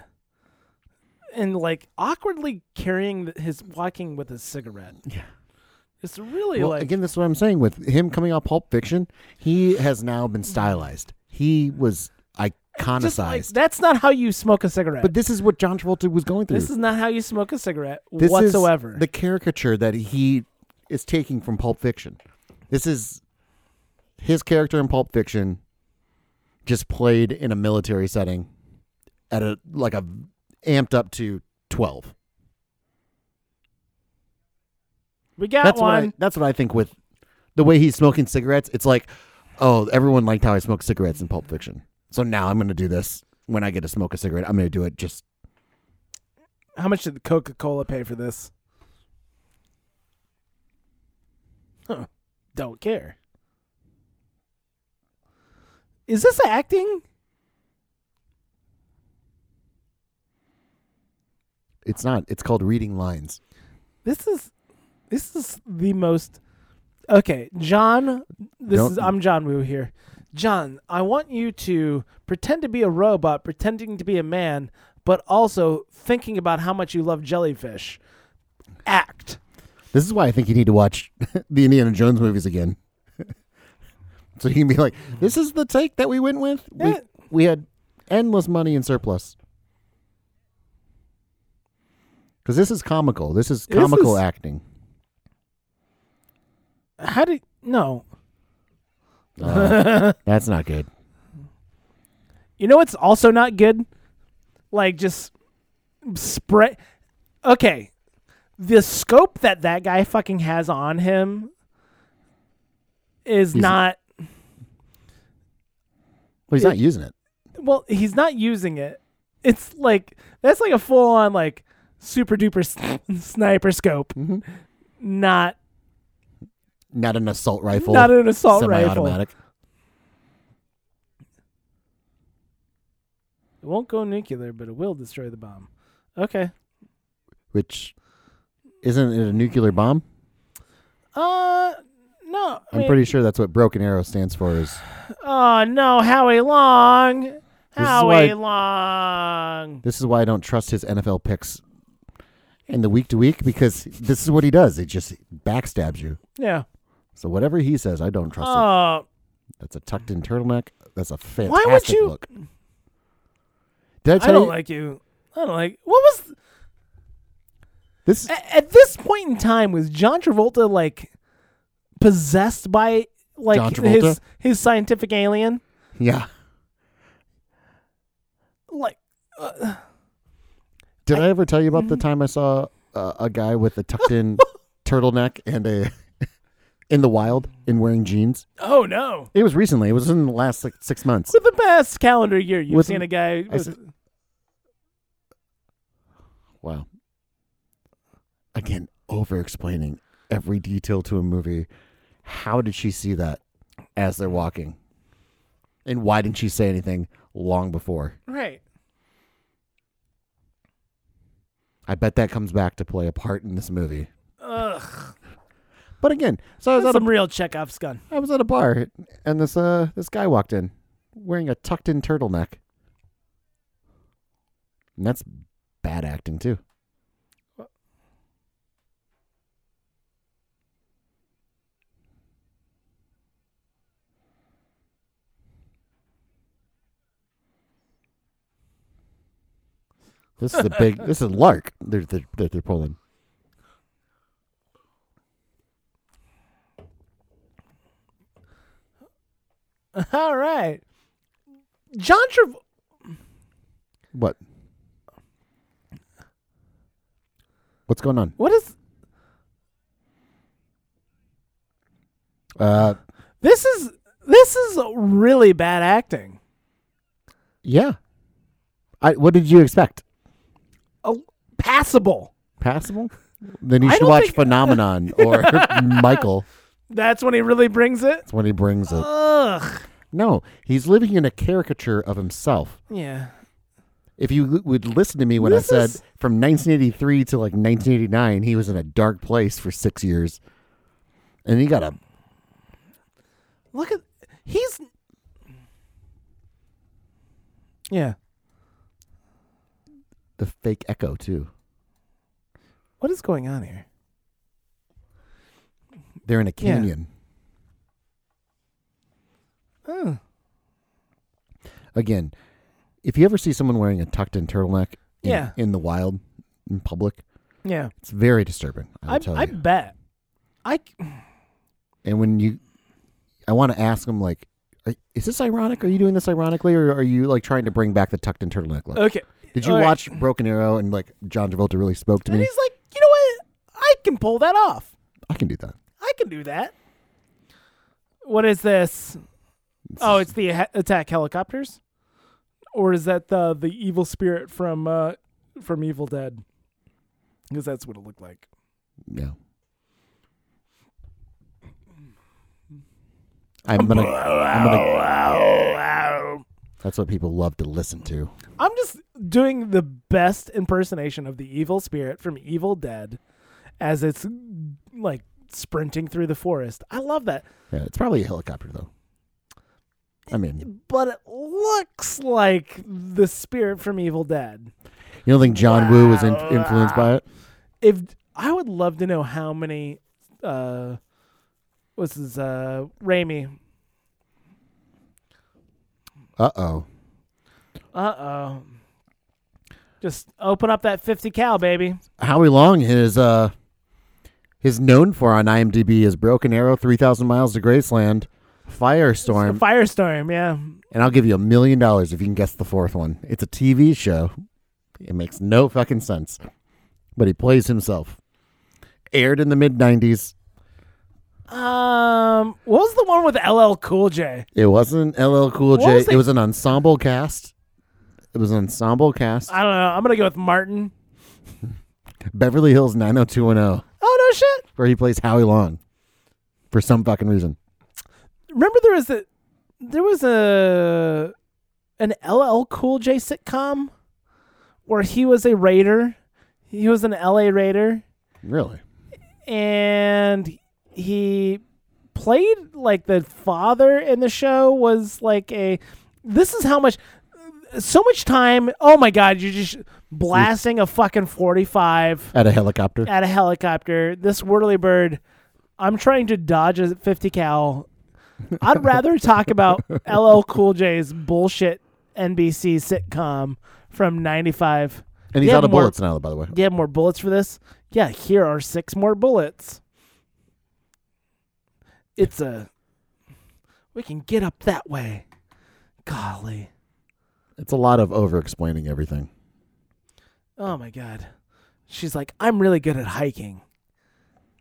And like awkwardly carrying th- his walking with his cigarette.
Yeah.
It's really
Well,
like
again, that's what I'm saying. With him coming off Pulp Fiction, he has now been stylized. He was
just like
iconicized.
that's not how you smoke a cigarette.
but this is what John Travolta was going through.
this is not how you smoke a cigarette
This is
whatsoever.
the caricature that he is taking from Pulp Fiction. This is his character in Pulp Fiction, just played in a military setting, at a like a amped up to twelve.
we got
that's
one.
what I, that's what I think with the way he's smoking cigarettes. It's like, oh, everyone liked how I smoked cigarettes in Pulp Fiction, so now I'm going to do this when I get to smoke a cigarette. I'm going to do it just
How much did Coca Cola pay for this? Huh. Don't care. Is this acting?
It's not. It's called reading lines.
This is this is the most Okay, John this
Don't-
is I'm John Woo here. John, I want you to pretend to be a robot, pretending to be a man, but also thinking about how much you love jellyfish. Act.
This is why I think you need to watch <laughs> the Indiana Jones movies again. <laughs> so you can be like, this is the take that we went with. We,
Yeah.
we had endless money in surplus. Because this is comical. This is
This
comical
is-
acting.
How did no.
Uh, <laughs> that's not good.
You know what's also not good? Like just spread. Okay, the scope that that guy fucking has on him is
He's-
not.
Well, he's
It-
not using it.
Well, he's not using it. It's like that's like a full on like super duper s- sniper scope,
Mm-hmm.
not
Not an assault rifle.
not an assault rifle. It
semi-automatic.
won't go nuclear, but it will destroy the bomb. Okay.
Which isn't it a nuclear bomb?
Uh, no. I
I'm
mean-
pretty sure that's what Broken Arrow stands for. Is
Oh no, Howie Long.
is
Howie
why-
Long.
This is why I don't trust his NFL picks in the week to week because this is what he does. He just backstabs you.
Yeah.
So whatever he says, I don't trust it.
Oh,
That's a tucked in turtleneck. That's a fantastic
why would you?
look. Did I
I
tell
don't
you
like you. I don't like. What was
this?
at, at this point in time was John Travolta like possessed by like
John Travolta?
his his scientific alien?
Yeah.
Like uh,
Did I, ever tell
<laughs>
you about the time I saw uh, a guy with a tucked in turtleneck and a <laughs> in the wild and wearing jeans?
oh no.
It was recently. It was in the last like six months.
With the past calendar year you've
With-
seen a guy
I
with
said- Wow. Again, over explaining every detail to a movie. How did she see that as they're walking? And why didn't she say anything long before?
right.
I bet that comes back to play a part in this movie.
Ugh.
But again, so I was
That's
at
some
Oh, a,
real Chekhov's gun. <laughs>
I was at a bar and this uh this guy walked in wearing a tucked in turtleneck. And that's bad acting too. This is a big. this is lark. They're they're, they're, they're pulling.
All right. John Trav
What? What's going on?
What is
Uh,
this is this is really bad acting.
yeah. I. What did you expect?
Oh, passable.
Passable. Then you
I
should
don't
watch
think- <laughs>
Phenomenon or Michael.
That's when he really brings it.
That's when he brings it.
Ugh.
No, he's living in a caricature of himself.
Yeah.
If you l- would listen to me when
This
I said
is-
from 1983 to like 1989, he was in a dark place for six years, and he got a
Look at he's Yeah.
the fake echo too.
What is going on here?
They're in a
Yeah.
canyon
Oh.
again. If you ever see someone wearing a tucked-in turtleneck, in,
Yeah.
in the wild, in public,
Yeah.
it's very disturbing. I'll
I,
tell
I
you.
bet. I c-
And when you, I want to ask him like, are, is this ironic? Are you doing this ironically, or are you like trying to bring back the tucked-in turtleneck look?
okay.
Did you
Uh, All right.
watch Broken Arrow and like John Travolta really spoke to
And
me?
he's like, you know what? I can pull that off.
I can do that.
I can do that. What is this? Oh, it's the ha- attack helicopters, or is that the the evil spirit from uh, from Evil Dead? Because that's what it looked like.
Yeah. I'm gonna. I'm gonna. That's what people love to listen to.
I'm just doing the best impersonation of the evil spirit from Evil Dead, as it's like sprinting through the forest. I love that,
Yeah, it's probably a helicopter though. I mean,
but it looks like the spirit from Evil Dead.
you don't think John Woo was in, influenced by it?
if I would love to know how many uh what's his uh Raimi.
Uh oh.
Uh oh. Just open up that fifty cal, baby.
Howie Long his uh his known for on IMDb is Broken Arrow, Three Thousand Miles to Graceland,
A
Firestorm,
firestorm, yeah.
and I'll give you a million dollars if you can guess the fourth one. It's a TV show. It makes no fucking sense, but he plays himself. Aired in the mid '90s.
Um what was the one with LL Cool J?
It wasn't LL Cool
What
J.
was
It
it?
was an ensemble cast. It was an ensemble cast.
I don't know. I'm gonna go with Martin.
Beverly Hills 90210,
Oh no shit.
where he plays Howie Long, for some fucking reason.
Remember there was a there was a an LL Cool J sitcom where he was a raider. He was an LA raider.
Really?
and he played like the father in the show was like a this is how much so much time oh my god you're just blasting a fucking 45
At a helicopter.
at a helicopter this whirly bird i'm trying to dodge a 50 cal i'd rather talk about <laughs> ll cool j's bullshit nbc sitcom from 95
And he's
Yeah,
out of
more-
bullets now, by the way.
do you have more bullets for this? Yeah, here are six more bullets. It's a. We can get up that way. Golly.
It's a lot of over explaining everything.
Oh my God. She's like, I'm really good at hiking.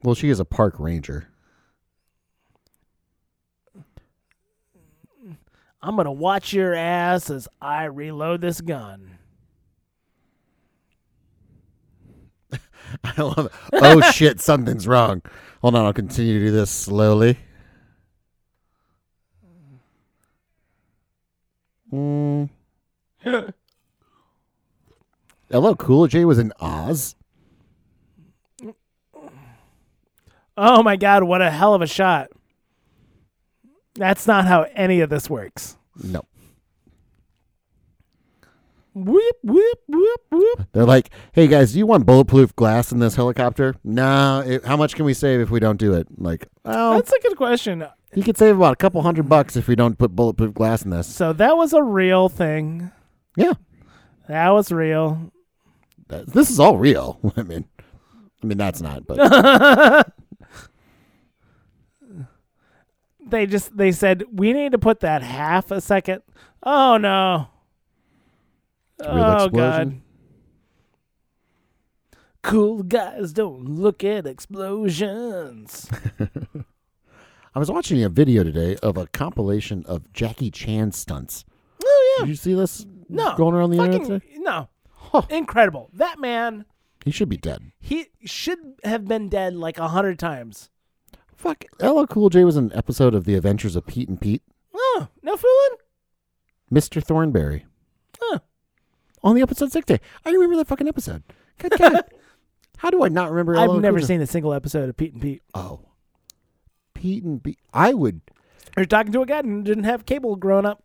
Well, she is a park ranger. <laughs>
I'm going to watch your ass as I reload this gun.
I love it.
<laughs>
Oh shit, something's wrong. Hold on, I'll continue to do this slowly. Mm. <laughs> Hello, Cool J was in Oz.
Oh my God, what a hell of a shot. That's not how any of this works.
No,
Whoop, whoop, whoop, whoop.
they're like, hey guys, do you want bulletproof glass in this helicopter? No. It, how much can we save if we don't do it? Like, oh,
That's a good question.
you could save about a couple hundred bucks if we don't put bulletproof glass in this.
So that was a real thing.
Yeah,
That was real.
that, this is all real. <laughs> I mean, I mean that's not,
<laughs>
but
they just they said we need to put that half a second. Oh no.
real
Oh god.
explosion?
Cool guys don't look at
<laughs>
explosions.
I was watching a video today of a compilation of Jackie Chan stunts.
oh yeah.
Did you see this?
No.
going around the internet.
Fucking
Today?
no.
Huh.
Incredible. That man
He should be dead.
he should have been dead like a hundred times.
Fuck. LL Cool J was in an episode of The Adventures of Pete and Pete.
Oh, no fooling?
Mr. Thornberry
Huh.
on the episode six day. I remember that fucking episode. God
<laughs>
damn it. How do I not remember? LL
I've
Cool
never
J?
seen a single episode of Pete and Pete.
Oh, Pete and Pete. I would.
You're talking to a guy who didn't have cable growing up.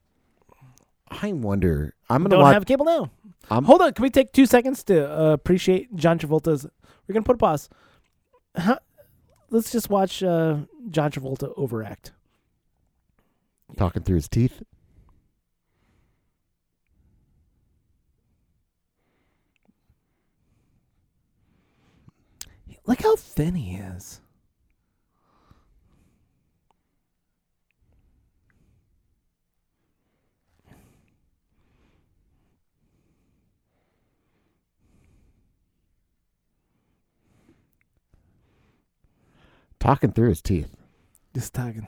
I wonder. I'm gonna
Don't
watch.
have cable now.
I'm-
Hold on. Can we take two seconds to uh, appreciate John Travolta's? We're gonna put a pause. Huh? Let's just watch uh, John Travolta overact.
talking through his teeth.
Look how thin he is.
Talking through his teeth.
Just talking.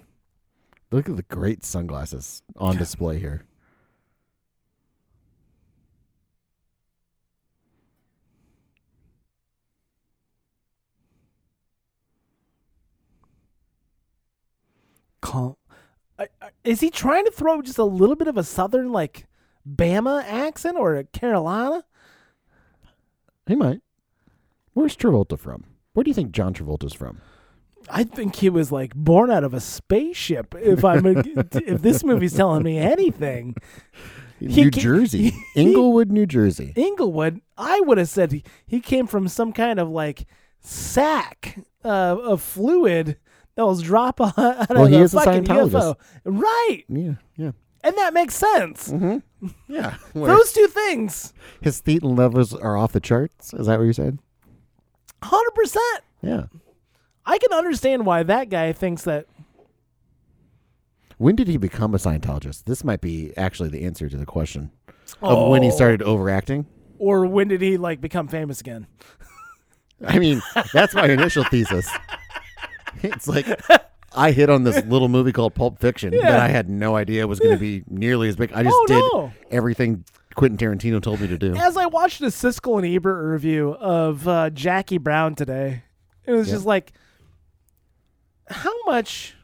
Look at the great sunglasses on display here.
Calm. I- I- Is he trying to throw just a little bit of a southern like Bama accent or a Carolina?
He might. Where's Travolta from? Where do you think John Travolta's from?
I think he was like born out of a spaceship. If I'm, <laughs> if this movie's telling me anything, He
New
ca- <laughs>
Jersey, Inglewood, New Jersey.
Inglewood, I would have said he, he came from some kind of like sack uh, of fluid that was drop <laughs> out of
Well, he
the
is a
fucking
Scientologist.
UFO. Right,
Yeah, yeah,
and that makes sense.
Mm-hmm. <laughs> yeah.
Those two things,
his thetan levels are off the charts. Is that what you said?
hundred percent.
Yeah.
I can understand why that guy thinks that.
When did he become a Scientologist? This might be actually the answer to the question of when he
Oh.
started overacting.
Or when did he like become famous again?
I mean, that's my initial
<laughs>
thesis. It's like I hit on this little movie called Pulp Fiction that I had no idea was going to be nearly as big. I just
Oh,
did
no.
everything Quentin Tarantino told me to do.
As I watched a Siskel and Ebert review of uh, Jackie Brown today, it was
Yeah.
just like, how much,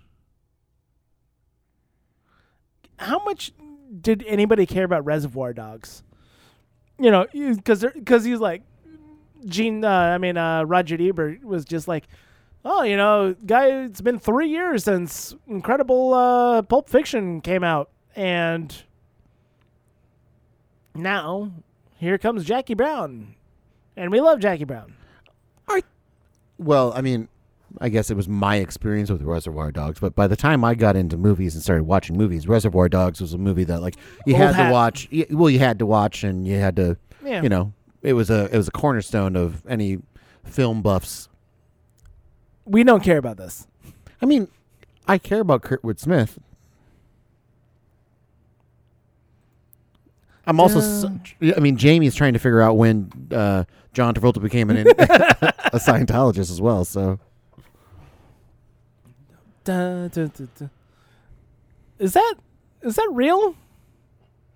how much did anybody care about Reservoir Dogs? You know, because because he's like, Gene. Uh, I mean, uh, Roger Ebert was just like. Oh, you know, guy, it's been three years since Incredible uh, Pulp Fiction came out, and now here comes Jackie Brown, and we love Jackie Brown.
Well, I mean, I guess it was my experience with Reservoir Dogs, but by the time I got into movies and started watching movies, Reservoir Dogs was a movie that like you
Old
had
hat.
to watch. y- Well, you had to watch, and you had to,
Yeah.
you know, it was a it was a cornerstone of any film buffs.
We don't care about this.
I mean, I care about Kurtwood Smith. I'm also, s- I mean, Jamie's trying to figure out when uh, John Travolta became
<laughs>
an, <laughs> a Scientologist as well. So
Da, da, da, da. Is that is that real?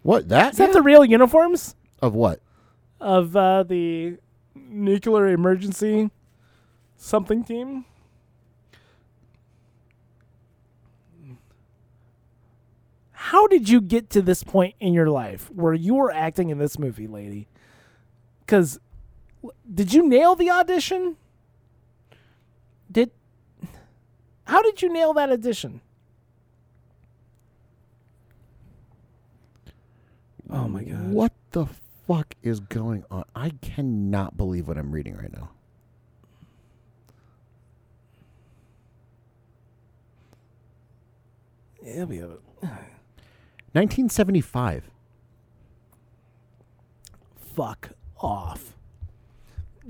what that
Is that the real uniforms
of what?
of uh, the nuclear emergency something team? How did you get to this point in your life where you were acting in this movie, lady? Because did you nail the audition? Did how did you nail that audition? Oh my god!
What the fuck is going on? I cannot believe what I'm reading right now.
Yeah, we have it.
1975.
Fuck off.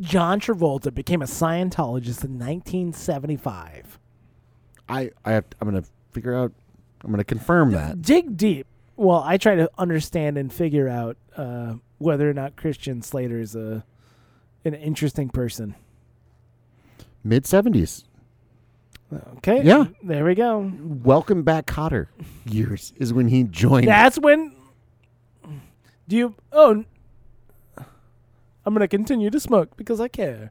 John Travolta became a Scientologist in 1975.
I, I have, I'm gonna figure out. I'm gonna confirm that.
Dig deep. Well, I try to understand and figure out uh, whether or not Christian Slater is a an interesting person.
Mid 70s.
Okay.
Yeah.
There we go.
Welcome back, Cotter. Years is when he joined.
That's when. Do you? Oh, n- I'm gonna continue to smoke because I care.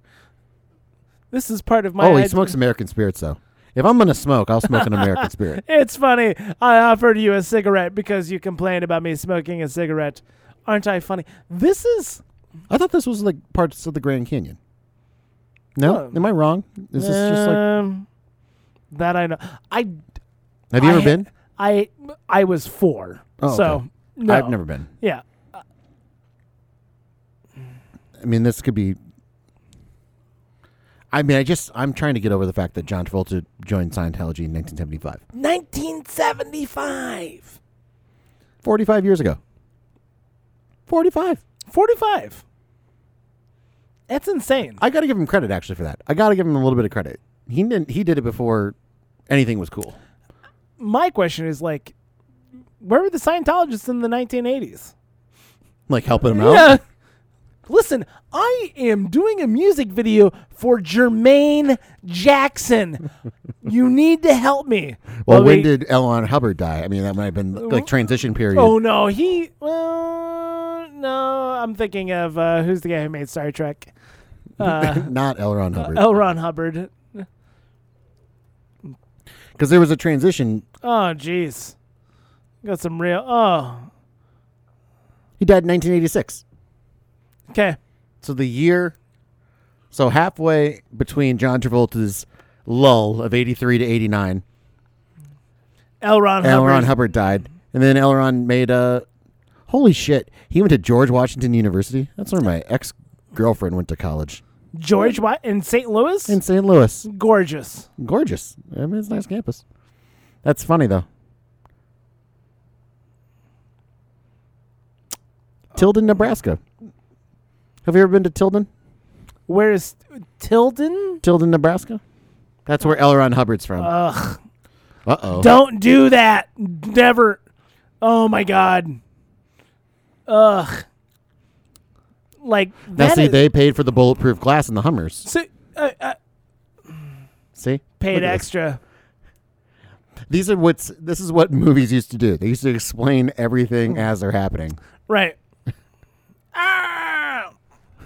This is part of my.
oh, he
id-
smokes American spirits though. If I'm gonna smoke, I'll smoke an
<laughs>
American spirit.
It's funny. I offered you a cigarette because you complained about me smoking a cigarette. Aren't I funny? This is.
I thought this was like parts of the Grand Canyon. No,
Oh.
am I wrong? This is just like.
um, that I know. I
Have you
I
ever
ha-
been?
I I was four.
Oh,
so
okay.
no.
I've never been.
Yeah.
I mean, this could be. I mean, I just I'm trying to get over the fact that John Travolta joined Scientology in 1975,
1975.
45 years ago. 45.
45. That's insane.
I got to give him credit actually for that. I got to give him a little bit of credit. He didn't. He did it before anything was cool.
my question is like, where were the Scientologists in the 1980s?
Like helping him out.
Listen, I am doing a music video for Jermaine Jackson. you need to help me.
Well,
But
when
we-
did L. Ron Hubbard die? I mean, that might have been like transition period. <laughs>
Oh no, he. Well, no, I'm thinking of uh, who's the guy who made Star Trek? Uh,
Not L. Ron Hubbard,
L. Ron Hubbard.
because there was a transition.
Oh, jeez, got some real. Oh,
He died in 1986.
okay.
So the year, so halfway between John Travolta's lull of 83 to 89,
L. Ron
L.
Hubbard.
Ron Hubbard died. And then L. Ron made a. Holy shit. He went to George Washington University. That's where my ex girlfriend went to college
George Watt in St. Louis.
in St. Louis.
Gorgeous.
Gorgeous. I mean, it's a nice campus. That's funny, though.
Uh,
Tilden, Nebraska. Have you ever been to Tilden?
Where is Tilden?
Tilden, Nebraska? That's where L. Ron Hubbard's from.
Ugh.
Uh oh.
Don't do that. Never. Oh my god. Ugh. Like
Now,
that
see,
is-
they paid for the bulletproof glass in the Hummers.
so, uh, uh,
See,
paid
Look at
extra.
this. These are what's. This is what movies used to do. They used to explain everything as they're happening. <laughs>
Right. ah!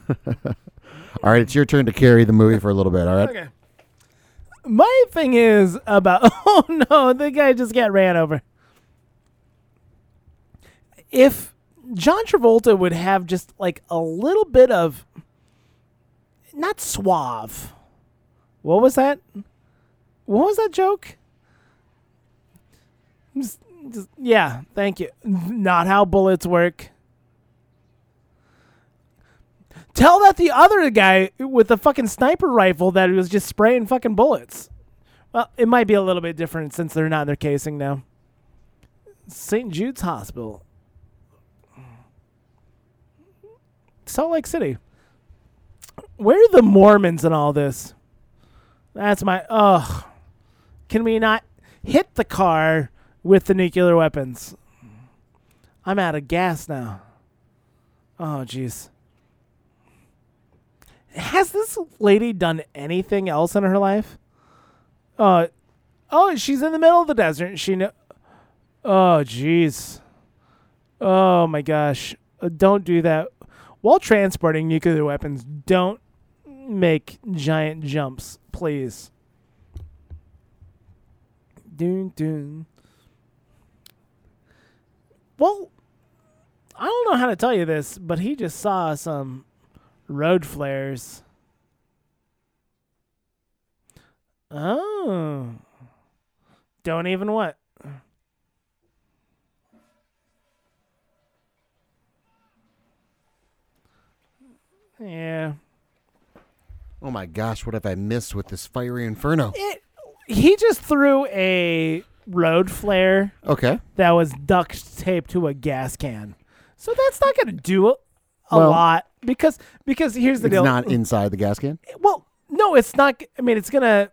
All right, it's your turn to carry the movie for a little bit. All right.
Okay. My thing is about. <laughs> Oh no, the guy just got ran over. If John Travolta would have just like a little bit of. Not suave. What was that? What was that joke? Just, just, yeah, thank you. <laughs> Not how bullets work. Tell that the other guy with the fucking sniper rifle that he was just spraying fucking bullets. Well, it might be a little bit different since they're not in their casing now. St. Jude's Hospital. Salt Lake City. Where are the Mormons in all this? That's my. Ugh. Can we not hit the car with the nuclear weapons? I'm out of gas now. Oh, jeez has this lady done anything else in her life? Uh, oh, she's in the middle of the desert. She know. Oh, jeez. Oh my gosh. Uh, don't do that. While transporting nuclear weapons, don't make giant jumps, please. Dun, dun. Well, I don't know how to tell you this, but he just saw some road flares. Oh. Don't even what? Yeah.
Oh my gosh, what have I missed with this fiery inferno?
It he just threw a road flare
Okay.
that was duct taped to a gas can. So that's not going to do a, a
Well-
lot because because here's the
It's
deal.
not inside the gas can.
well, no, it's not. I mean, it's gonna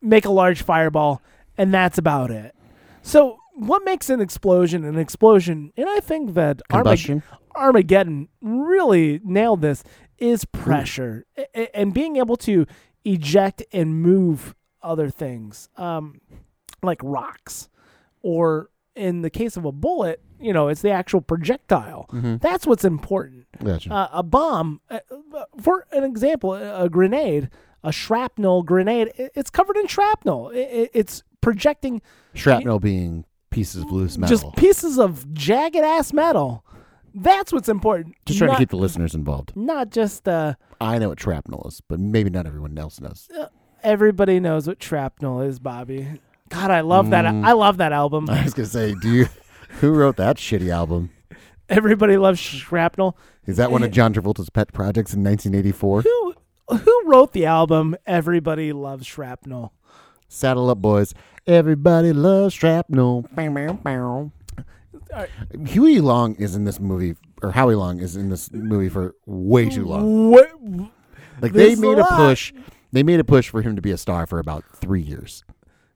make a large fireball, and that's about it. So, what makes an explosion an explosion? And I think that Armag-
Combustion.
Armageddon really nailed this. Is pressure A- a- and being able to eject and move other things, um, like rocks, or in the case of a bullet, you know, it's the actual projectile. That's what's important
Gotcha.
uh, a bomb, uh, uh, for an example, a a grenade, a shrapnel grenade, i- it's covered in shrapnel. I- i- It's projecting
Shrapnel being pieces of loose metal.
just pieces of jagged ass metal. That's what's important.
Just trying
not,
to keep the listeners involved.
not just uh,
I know what shrapnel is, but maybe not everyone else knows. <laughs>
everybody knows what shrapnel is, Bobby. God, I love that.
Mm.
I love that
<laughs>
album.
I was gonna say, do you? <laughs> Who wrote that shitty album?
Everybody loves shrapnel.
Is that one of John Travolta's pet projects in 1984?
Who who wrote the album? Everybody loves shrapnel.
Saddle up, boys! Everybody loves shrapnel. Bow, bow, bow.
All
Huey Long is in this movie, or Howie Long is in this movie for way too long.
What?
Like they
This
made a
lot.
push. They made a push for him to be a star for about three years.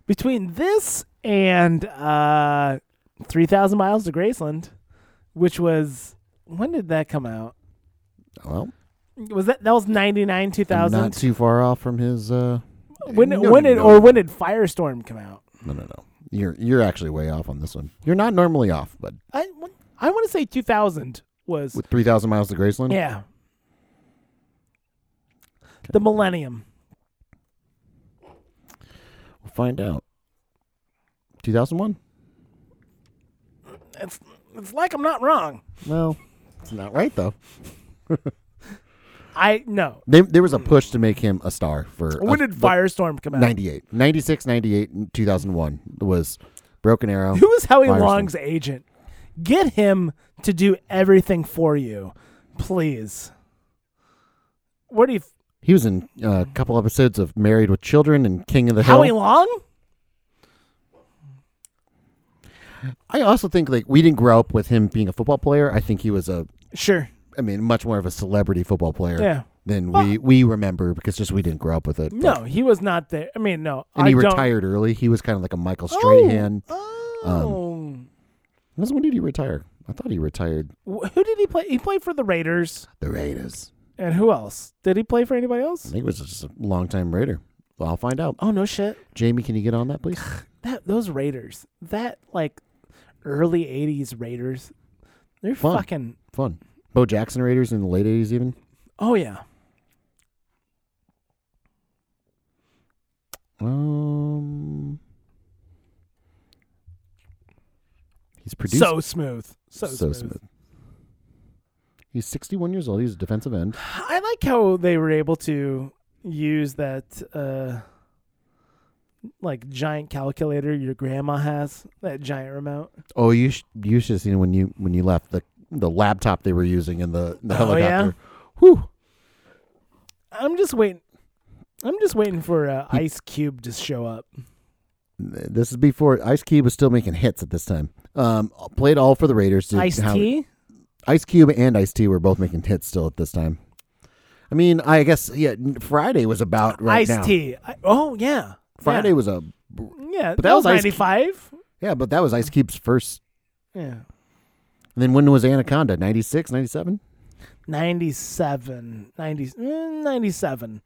between this and uh, 3,000 Miles to Graceland, which was when did that come out?
Well,
Was that that was 99
I'm
2000?
not too far off from his. Uh,
when
no,
when
no,
did
no,
or
no.
when did Firestorm come out?
No, no, no. You're you're actually way off on this one. You're not normally off, but
I I want to say 2000 was
with 3,000 miles to Graceland,
yeah. The millennium.
we'll find out. 2001?
It's it's like I'm not wrong.
No, it's not right though.
I no.
They, there was a push to make him a star for
When
a-
did Firestorm come out?
98, 96, 98, and 2001 was Broken
<laughs>
Arrow.
Who is Howie
Firestorm.
Long's agent? Get him to do everything for you, please. Where do you
He was in uh, a couple episodes of Married with Children and King of the
Howie
Hill.
Long?
I also think like we didn't grow up with him being a football player. I think he was a,
Sure.
I mean, much more of a celebrity football player
Yeah.
than
Well-
we we remember because just we didn't grow up with it.
No, he was not there. I mean, no.
and
I
he
don't.
retired early. He was kind of like a Michael Strahan.
Oh.
That's- When did he retire? I thought he retired.
Wh- who did he play? He played for the Raiders.
The Raiders.
And who else? Did he play for anybody
I
else?
think it was just a longtime Raider. Well, I'll find out.
Oh no shit.
Jamie, can you get on
<sighs>
that, please?
That those Raiders. That like early 80s Raiders. They're
Fun.
fucking
Fun. Bo Jackson Raiders in the late 80s, even.
Oh yeah.
Um, he's produced
so smooth. So, smooth.
He's 61 years old. He's a defensive end.
I like how they were able to use that uh like giant calculator your grandma has, that giant remote.
Oh, you sh- you should have seen when you when you left the the laptop they were using in the, the
Oh, yeah?
helicopter. Whew.
I'm just waiting I'm just waiting for uh, Ice Cube to show up.
This is before Ice Cube was still making hits at this time. Um, played all for the Raiders. did
Ice
how-
T?
Ice Cube and Ice T were both making hits still at this time. I mean, I guess yeah. Friday was about right now.
Ice T. I, oh yeah.
Friday
Yeah.
was a
Yeah,
but
that,
that
was
was Ice Cube.
95.
yeah, but that was Ice Cube's first.
Yeah.
And then when was Anaconda? 96, 97?
97. 90, mm, 97.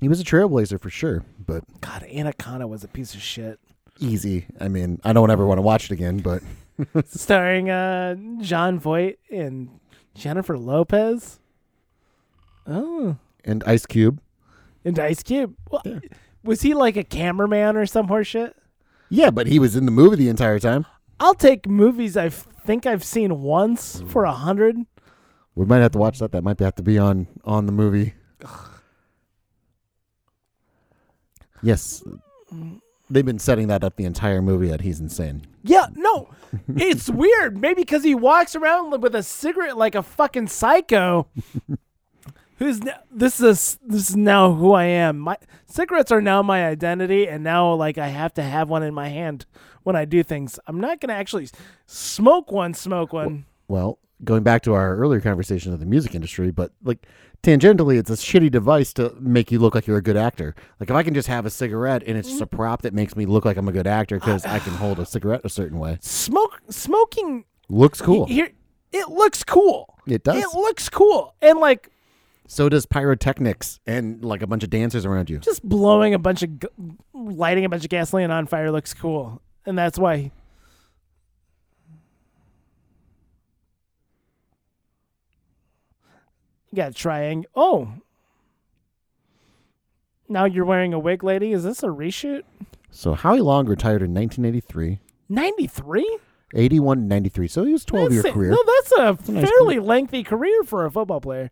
He was a trailblazer for sure, but
God, Anaconda was a piece of shit.
easy. I mean, I don't ever want to watch it again, but
starring uh, John Voight and Jennifer Lopez. Oh,
and Ice Cube.
and Ice Cube. Well,
Yeah.
Was he like a cameraman or some horse shit?
Yeah, but he was in the movie the entire time.
I'll take movies I think I've seen once for a hundred.
We might have to watch that. That might have to be on on the movie. Yes. They've been setting that up the entire movie that he's insane.
Yeah, no, it's weird. Maybe because he walks around li- with a cigarette like a fucking psycho. Who's now, this is this is now who I am. My cigarettes are now my identity, and now like I have to have one in my hand when I do things. I'm not gonna actually s- smoke one. Smoke one.
Well, going back to our earlier conversation of the music industry, but like tangentially, it's a shitty device to make you look like you're a good actor. Like if I can just have a cigarette and it's just a prop that makes me look like I'm a good actor because I can hold a cigarette a certain way,
Smoke smoking
looks cool.
here it looks cool.
It does.
It looks cool. And like
So does pyrotechnics and like a bunch of dancers around you.
just blowing a bunch of g- lighting a bunch of gasoline on fire looks cool and that's why you got a triangle oh now you're wearing a wig lady is this a reshoot
So Howie Long retired in 1983,
93
81 93. So he was 12 year
That's a-
career.
No, that's a
nice
fairly lengthy career for a football player.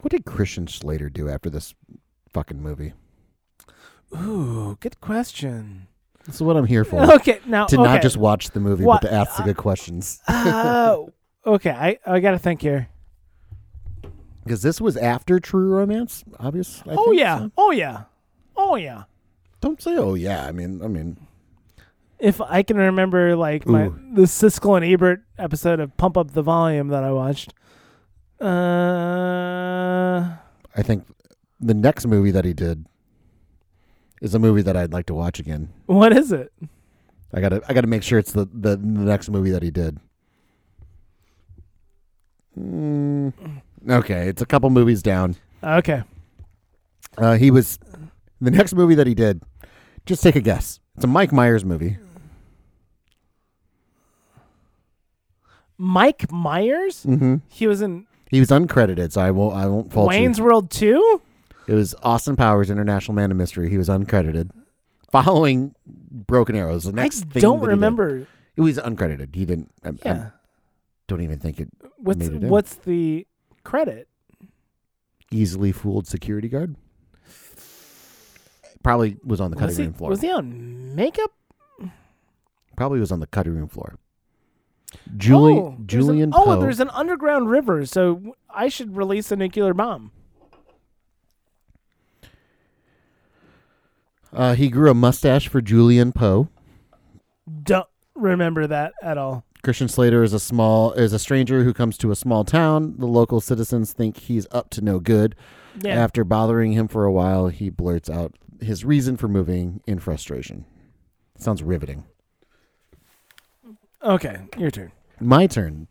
What did Christian Slater do after this fucking movie?
Ooh, good question.
This is what I'm here for.
Okay, now
to
okay.
not just watch the movie,
What-
but to ask the good questions.
<laughs> uh, okay, I I gotta think here.
Because this was after True Romance, obviously.
Oh yeah. Oh yeah. Oh yeah.
Don't say oh yeah. I mean, I mean,
If I can remember like my
Ooh.
the Siskel and Ebert episode of Pump Up the Volume that I watched. Uh
I think the next movie that he did is a movie that I'd like to watch again.
what is it?
I gotta, I gotta make sure it's the the, the next movie that he did. Mm, okay, it's a couple movies down.
Okay.
Uh, he was the next movie that he did. Just take a guess. It's a Mike Myers movie.
Mike Myers?
Mm-hmm.
He was in
He was uncredited, so I won't. I won't fault you.
Wayne's World 2?
It was Austin Powers, International Man of Mystery. He was uncredited. Following Broken Arrows, the
I
next thing
don't
that he
remember.
did- it was uncredited. He didn't. I, I
Yeah.
don't even think it
What's
made it in.
what's the credit?
easily fooled security guard. Probably was on the cutting
Was he,
room floor.
was he on makeup?
Probably was on the cutting room floor. Julie,
oh, there's an-
Julian
Oh,
Poe.
there's an underground river, so w- I should release a nuclear bomb.
uh, he grew a mustache for Julian Poe.
Don't remember that at all.
Christian Slater is a small is a stranger who comes to a small town. The local citizens think he's up to no good.
Yeah.
After bothering him for a while, he blurts out his reason for moving in frustration. Sounds riveting.
Okay, your turn.
My turn.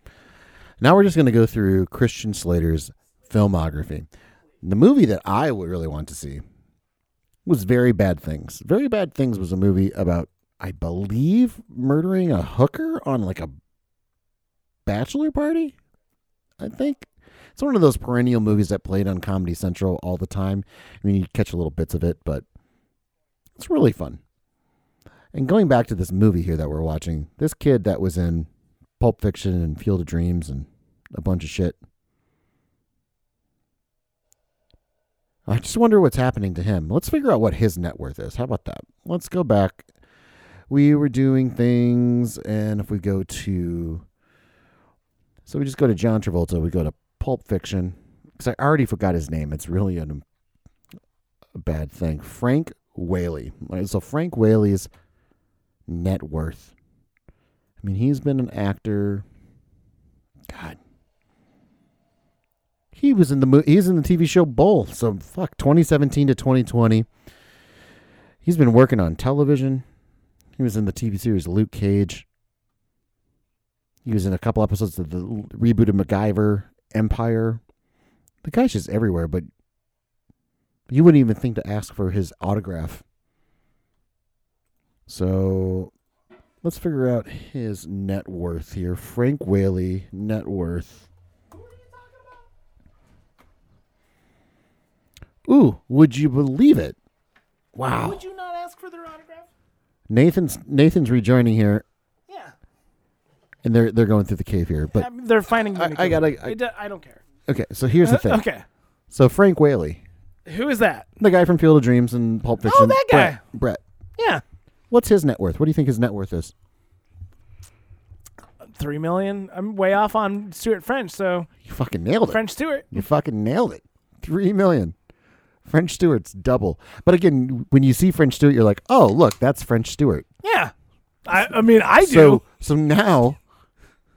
Now we're just going to go through Christian Slater's filmography. The movie that I would really want to see was Very Bad Things. Very Bad Things was a movie about, I believe, murdering a hooker on like a bachelor party. I think it's one of those perennial movies that played on Comedy Central all the time. I mean, you catch little bits of it, but it's really fun. And going back to this movie here that we're watching, this kid that was in Pulp Fiction and Field of Dreams and a bunch of shit. I just wonder what's happening to him. Let's figure out what his net worth is. How about that? Let's go back. We were doing things, and if we go to. So we just go to John Travolta, we go to Pulp Fiction, because I already forgot his name. It's really an, a bad thing. Frank Whaley. All right, So Frank Whaley's net worth I mean, he's been an actor. God, he was in the mo- he's in the TV show Bull. So fuck, 2017 to 2020. He's been working on television. He was in the TV series Luke Cage. He was in a couple episodes of the l- reboot of MacGyver, Empire. The guy's just everywhere, but you wouldn't even think to ask for his autograph. So Let's figure out his net worth here. Frank Whaley net worth. Ooh, would you believe it? Wow.
Would you not ask for their autograph?
Nathan's Nathan's rejoining here,
Yeah.
and they're they're going through the cave here.
I
But
mean, they're finding. the
I- I
nuclear
gotta-
bomb.
I-
It do- I don't care.
okay, so here's the thing.
Uh, Okay.
So Frank Whaley,
Who is that?
the guy from Field of Dreams and Pulp Fiction.
Oh, that
Brett-
guy.
Brett.
Yeah.
What's his net worth? What do you think his net worth is?
Three million. I'm way off on Stuart French, so
You fucking nailed it.
French Stewart.
You fucking nailed it. Three million. French Stewart's double. But again, when you see French Stewart, you're like, oh, look, that's French Stewart.
Yeah. I, I mean, I do.
So so now,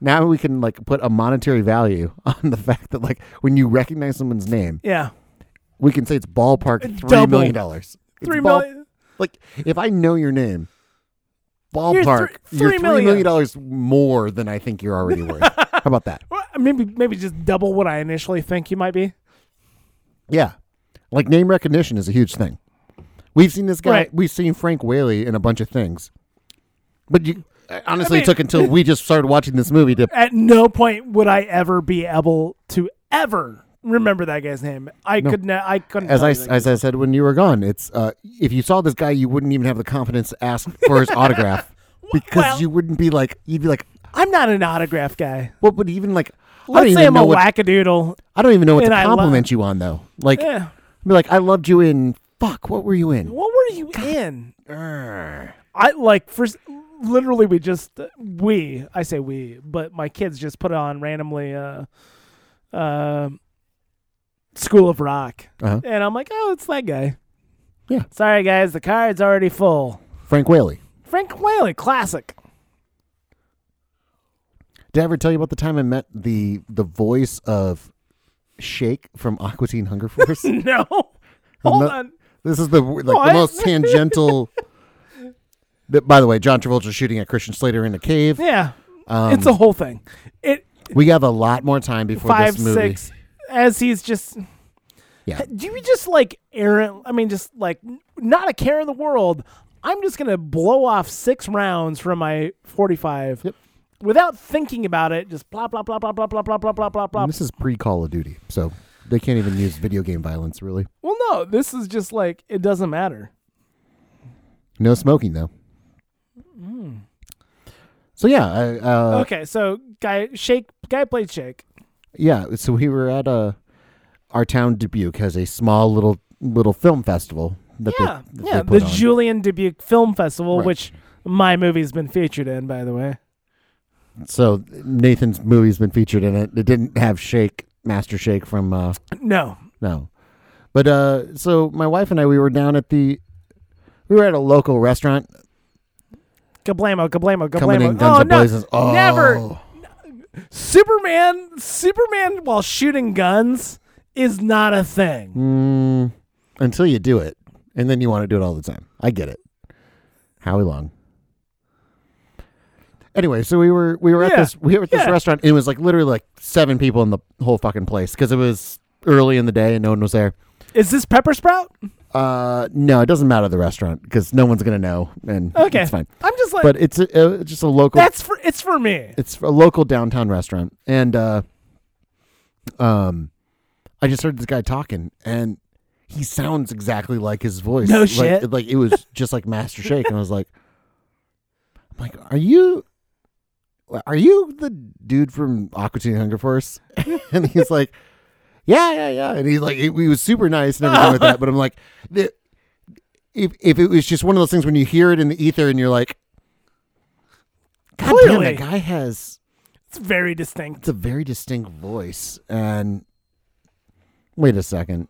now we can like put a monetary value <laughs> on the fact that like when you recognize someone's name,
yeah.
we can say it's ballpark three million
Double.
dollars. It's
Three
ball-
million.
Like if I know your name, ballpark,
three-
you're
three
three million
million.
dollars more than I think you're
<laughs>
already worth. How about that?
Well, maybe maybe just double what I initially think you might be.
Yeah. Like name recognition is a huge thing. We've seen this guy.
Right.
We've seen Frank Whaley in a bunch of things. But you honestly
mean-
it took until we just started watching this movie to
At no point would I ever be able to ever remember that guy's name. I could ne- I couldn't.
as
tell
I
you that.
as I said when you were gone, it's uh, if you saw this guy, you wouldn't even have the confidence to ask
<laughs>
for his autograph because
well-
you wouldn't be like you'd be like,
I'm not an autograph guy.
what would even like? I don't
Let's
even
say I'm
know
a
what
wackadoodle.
I don't even know what to
and I love-
compliment you on though. Like,
Yeah.
I'd be like, I loved you in fuck. What were you in?
What were you in? I like first. Literally, we just we I say we, but my kids just put on randomly. Uh, uh, School of Rock,
Uh-huh.
and I'm like, oh, it's that guy.
Yeah.
Sorry, guys, the card's already full.
Frank Whaley.
Frank Whaley, classic. <laughs>
Did I ever tell you about the time I met the the voice of Shake from Aqua Teen
<laughs>
Hunger Force?
No, hold
not-
on.
this is the like the
What?
most
<laughs>
tangential. That, by the way, John Travolta shooting at Christian Slater in a cave.
Yeah,
Um,
it's a whole thing. It
We have a lot more time before
five
this movie.
six, as he's just.
Yeah.
Do you just like errant? I mean, just like n- not a care in the world. I'm just gonna blow off six rounds from my 45
Yep.
without thinking about it. Just plop, plop, plop, plop, plop, plop, plop, plop, plop, plop,
And
plop.
This is pre Call of Duty, so they can't even use video game violence really.
Well, no, this is just like it doesn't matter.
No smoking though. Mm. So yeah, I, uh,
okay, so guy shake guy played shake.
yeah. So we were at a our town Dubuque has a small little little film festival that
Yeah,
they, that
yeah,
they put
the
on.
Julian Dubuque Film Festival,
Right.
which my movie's been featured in, by the way.
so Nathan's movie's been featured in it. It didn't have Shake Master Shake from uh,
No,
No. But uh so my wife and I we were down at the we were at a local restaurant
Kablamo, Kablamo, Kablamo.
coming in guns
oh
a
no,
blazes. Oh,
never. Superman, Superman while shooting guns is not a thing.
Mm, until you do it. And then you want to do it all the time. I get it. Howie Long. Anyway, so we were we were at
Yeah.
this we were at this
Yeah.
restaurant and it was like literally like seven people in the whole fucking place because it was early in the day and no one was there.
Is this pepper sprout?
Uh no, it doesn't matter the restaurant because no one's gonna know and
Okay,
it's fine.
I'm just like
But it's a, uh, just a local
that's for it's for me.
it's a local downtown restaurant and uh um i just heard this guy talking and he sounds exactly like his voice
No
like,
shit.
like
<laughs>
it was just like master shake and i was like i'm like are you are you the dude from aqua teen hunger force <laughs> and he's like yeah yeah yeah and he's like he, he was super nice and everything with that but i'm like the, if, if it was just one of those things when you hear it in the ether and you're like God damn,
Clearly.
that guy has
It's very distinct.
it's a very distinct voice and wait a second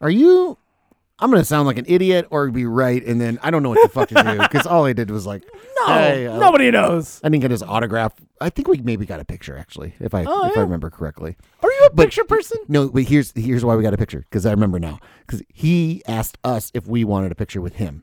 are you i'm gonna sound like an idiot or be right and then i don't know what the fuck to do because all i did was like
<laughs> No,
Hey, uh,
nobody knows.
i didn't get his autograph i think we maybe got a picture actually if i
Oh,
if i
yeah.
remember correctly
Are you a
but-
picture person?
no but here's here's why we got a picture because i remember now because he asked us if we wanted a picture with him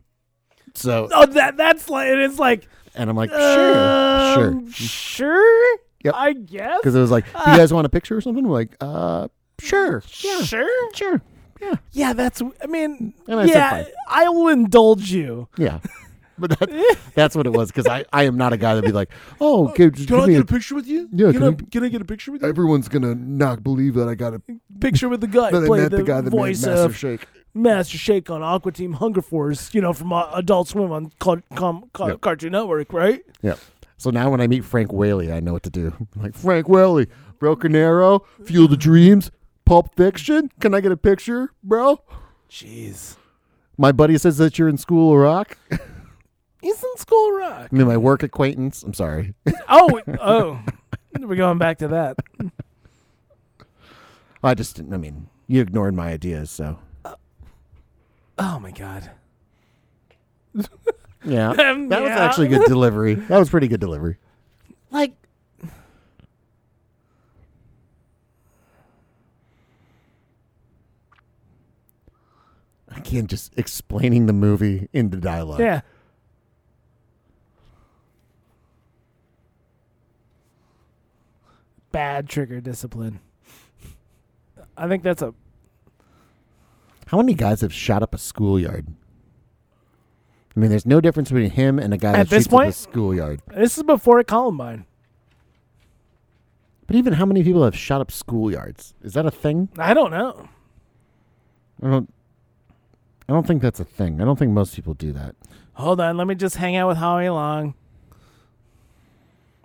so
Oh, that that's like it is like
and i'm like sure sure
um, uh, sure.
Yep.
I guess.
because it was like do you guys want a picture or something we're like uh sure yeah
Sure.
sure yeah
Yeah, that's. I mean,
And I said
yeah,
fine.
I will indulge you.
Yeah. <laughs> But that, that's what it was because I, I am not a guy that'd be like, oh, okay, just
Can
give
I
me
get
a,
a picture with you?
Yeah,
Can
can
I,
you-
can I get a picture with you?
everyone's gonna not believe that I got a
Picture with the guy
that I
played
met the, guy that made
voice
Master
of
Shake.
Master Shake on Aqua Team Hunger Force, you know, from uh, Adult Swim on Car- Com- Car-
Yep.
Cartoon Network, right?
Yeah. So now when I meet Frank Whaley, I know what to do. I'm like Frank Whaley, Broken Arrow, Fuel the Dreams, Pulp Fiction. Can I get a picture, bro?
Jeez.
My buddy says that you're in School of Rock. I
He's in School Rock.
mean, my work acquaintance. I'm sorry. <laughs>
Oh, oh. <laughs> We're going back to that.
I just didn't. I mean, you ignored my ideas, so
Oh my god.
Yeah. That
Um,
was
yeah.
actually good delivery. That was pretty good delivery.
Like
Again, just explaining the movie in the dialogue.
yeah. Bad trigger discipline. I think that's a
How many guys have shot up a schoolyard? I mean, there's no difference between him and a guy that
At this
shoots up a
point?
schoolyard.
This is before Columbine.
But even how many people have shot up schoolyards? Is that a thing?
I don't know.
I don't. I don't think that's a thing. I don't think most people do that.
Hold on, let me just hang out with Howie Long.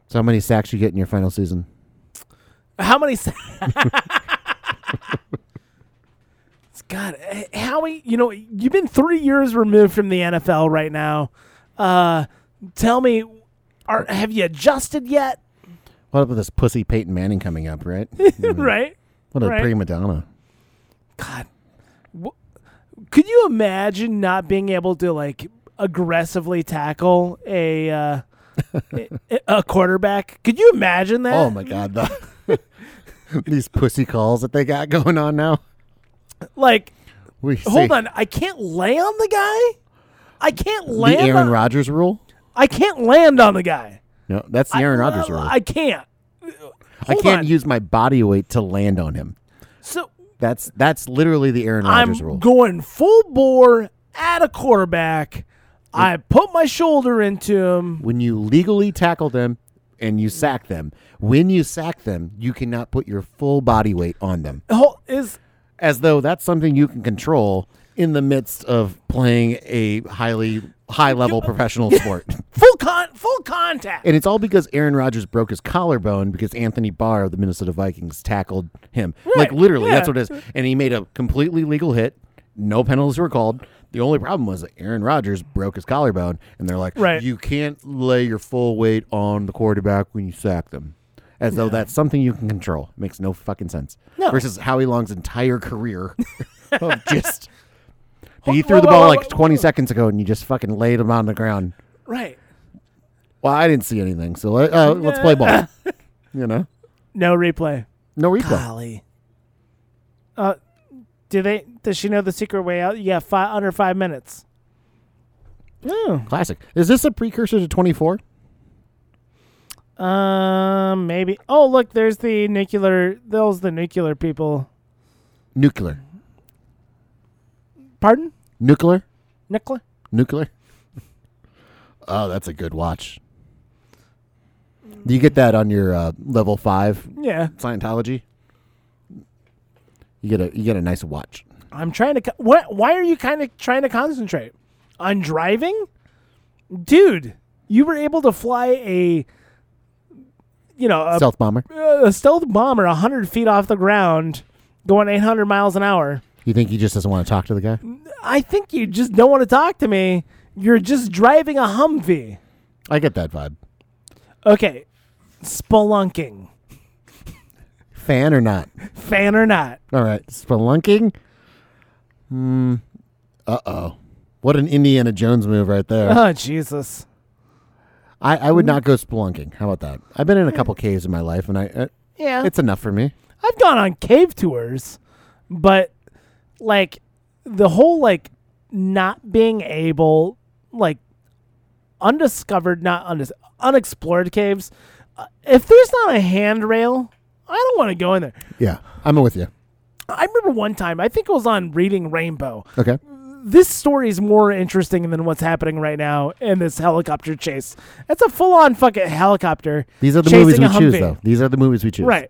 So how many sacks you get in your final season?
How many? sa- God, eh, Howie, you know you've been three years removed from the NFL right now. Uh, tell me, are have you adjusted yet? <laughs>
What up with this pussy Peyton Manning coming up, right?
right?
What a
right.
prima donna.
God, wh- could you imagine not being able to like aggressively tackle a uh, <laughs> a- a quarterback? Could you imagine that?
Oh my god, the, <laughs> these pussy calls that they got going on now.
Like,
We
hold
see
on, I can't lay on the guy. I can't
the
land.
Aaron
on-
Rodgers rule.
I can't land on the guy.
No, that's the Aaron
I-
Rodgers rule.
I can't.
I
Hold
can't
on.
use my body weight to land on him.
So
That's that's literally the Aaron
I'm
Rodgers rule.
going full bore at a quarterback. I put my shoulder into him.
when you legally tackle them and you sack them, when you sack them, you cannot put your full body weight on them.
Ho- Is
As though that's something you can control in the midst of playing a highly high level
<laughs>
professional sport.
full con full contact.
And it's all because Aaron Rodgers broke his collarbone because Anthony Barr of the Minnesota Vikings tackled him. Like
Right,
literally, that's
yeah.
what it is. And he made a completely legal hit. No penalties were called. The only problem was that Aaron Rodgers broke his collarbone, and they're like,
Right.
"You can't lay your full weight on the quarterback when you sack them." As though that's something you can control. Makes no fucking sense.
No.
Versus Howie Long's entire career
<laughs>
of just he
Whoa,
threw the
whoa,
ball
whoa,
like
whoa,
twenty seconds ago, and you just fucking laid him on the ground.
Right.
Well, I didn't see anything, so let, uh, let's play ball. you know,
<laughs> No replay.
no replay.
Golly. Uh, do they? Does she know the secret way out? Yeah, five under five minutes. Oh.
Classic. Is this a precursor to Twenty Four?
Um, maybe. Oh, look, there's the nuclear. Those the nuclear people.
Nuclear,
Pardon?
nuclear,
Nuclear?
nuclear. oh, that's a good watch. Do you get that on your uh, level five
Yeah.
Scientology? You get a you get a nice watch.
I'm trying to. co- What? Why are you kind of trying to concentrate on driving, dude? You were able to fly a, you know, a,
Stealth bomber.
a stealth bomber 100 feet off the ground, going 800 miles an hour.
You think he just doesn't want to talk to the guy?
I think you just don't want to talk to me. You're just driving a Humvee.
I get that vibe.
Okay, spelunking,
Fan or not?
fan or not.
All right, spelunking. Hmm. Uh oh. What an Indiana Jones move right there.
<laughs> Oh Jesus.
I, I
Mm-hmm.
would not go spelunking. How about that? I've been in a couple
Mm.
caves in my life, and I uh,
Yeah.
it's enough for me.
I've gone on cave tours, but like the whole like not being able like undiscovered, not undis- unexplored caves. Uh, if there's not a handrail, I don't want to go in there.
Yeah, I'm with you.
I remember one time, I think it was on Reading Rainbow.
Okay,
Mm. This story is more interesting than what's happening right now in this helicopter chase. That's a full-on fucking helicopter.
these are the
chasing
movies we
a
choose,
Humvee.
though. These are the movies we choose,
Right.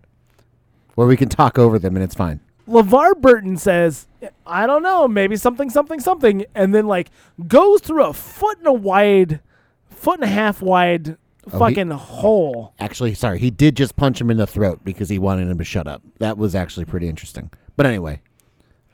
Where we can talk over them, and it's fine.
LeVar Burton says, I don't know, maybe something, something, something, and then like goes through a foot and a wide, foot and a half wide
Oh, he-
fucking hole.
Actually, sorry, he did just punch him in the throat because he wanted him to shut up. That was actually pretty interesting. But anyway,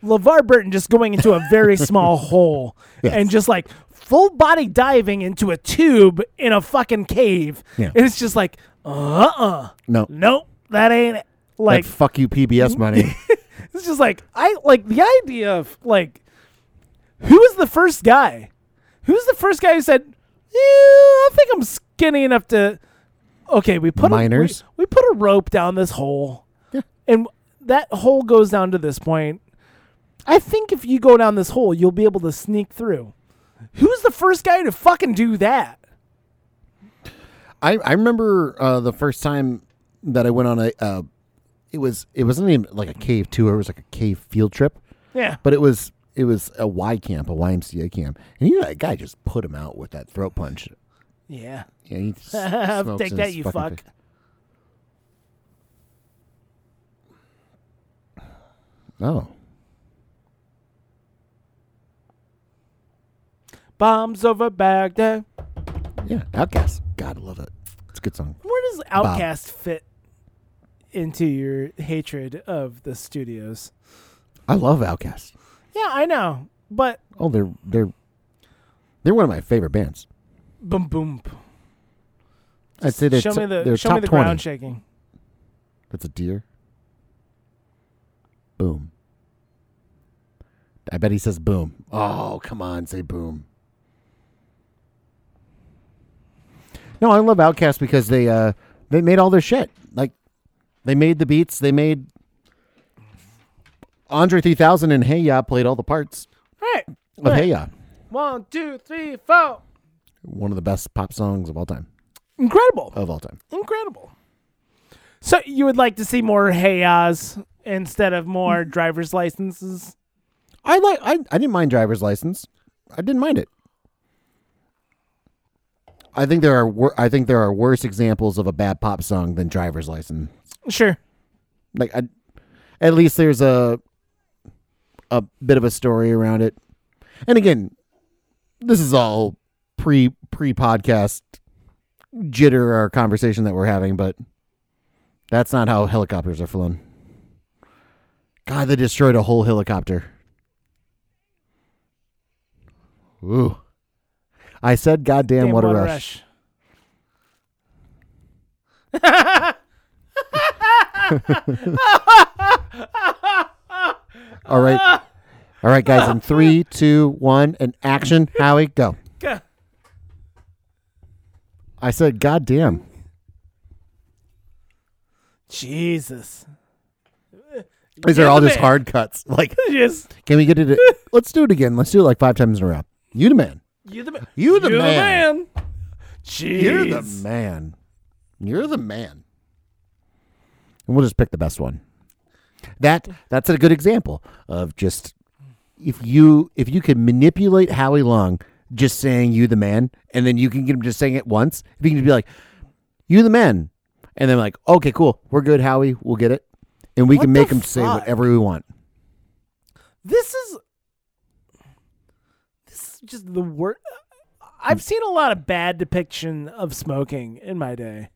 LeVar Burton just going into a
<laughs>
very small hole
Yes.
and just like full body diving into a tube in a fucking cave.
Yeah.
And it's just like, uh uh
no,
Nope, that ain't it. Like,
that
<laughs>
fuck you, PBS money. <laughs>
it's just like, I like the idea of like, Who was the first guy? Who's the first guy who said, "Yeah, I think I'm skinny enough to"? Okay, we put
Miners.
A, we, we put a rope down this hole,
Yeah.
and that hole goes down to this point. I think if you go down this hole, you'll be able to sneak through. Who's the first guy to fucking do that?
I, I remember uh, the first time that I went on a uh, it was it wasn't even like a cave tour, it was like a cave field trip.
Yeah,
But it was it was a Y camp, a YMCA camp. And you know that guy just put him out with that throat punch.
yeah.
Yeah, he s-
<laughs>
smokes
Take
in
that,
his
you
fucking
fuck.
face. Oh.
Bombs over Baghdad.
Yeah. Outcast. God I love it. It's a good song.
Where does Outcast fit into your hatred of the studios?
I love Outcast.
Yeah, I know, but
Oh, they're they're they're one of my favorite bands.
boom boom.
I'd say they're,
show
t-
me the
they're
show
top
me the
20.
ground shaking.
That's a deer. Boom. I bet he says boom. Oh, come on, say boom. No, I love Outcast because they uh they made all their shit. Like they made the beats, they made Andre 3000 and Hey Ya played all the parts
All right,
of Hey Ya.
one, two, three, four.
One of the best pop songs of all time.
Incredible,
Of all time.
incredible. So you would like to see more hey Oz instead of
Mm.
more driver's licenses?
I like I, I didn't mind driver's license. I didn't mind it. I think there are wor- I think there are worse examples of a bad pop song than driver's license.
Sure.
Like I, at least there's a a bit of a story around it. And again, this is all pre pre podcast jitter or conversation that we're having, but that's not how helicopters are flown. God, they destroyed a whole helicopter. Ooh. I said goddamn
Damn,
what a rush. <laughs> All right. All right, guys, in three, two, one, and action. Howie, go.
rush.
I said goddamn.
Jesus.
These are all
the
just
man.
hard cuts. <laughs> Like,
Yes.
can we get it? Let's do it again. Let's do it like five times in a row. You the man.
You the man.
You the
You're
man.
the man. Jeez.
You're the man. You're the man. And we'll just pick the best one. That that's a good example of just if you if you can manipulate Howie Long just saying you the man, and then you can get him just saying it once. If you can just be like, you the man, and then like, okay, cool, we're good, Howie, we'll get it, and we
What
can
the
make him say
fuck?
whatever we want.
This is this is just the worst. I've seen a lot of bad depiction of smoking in my day.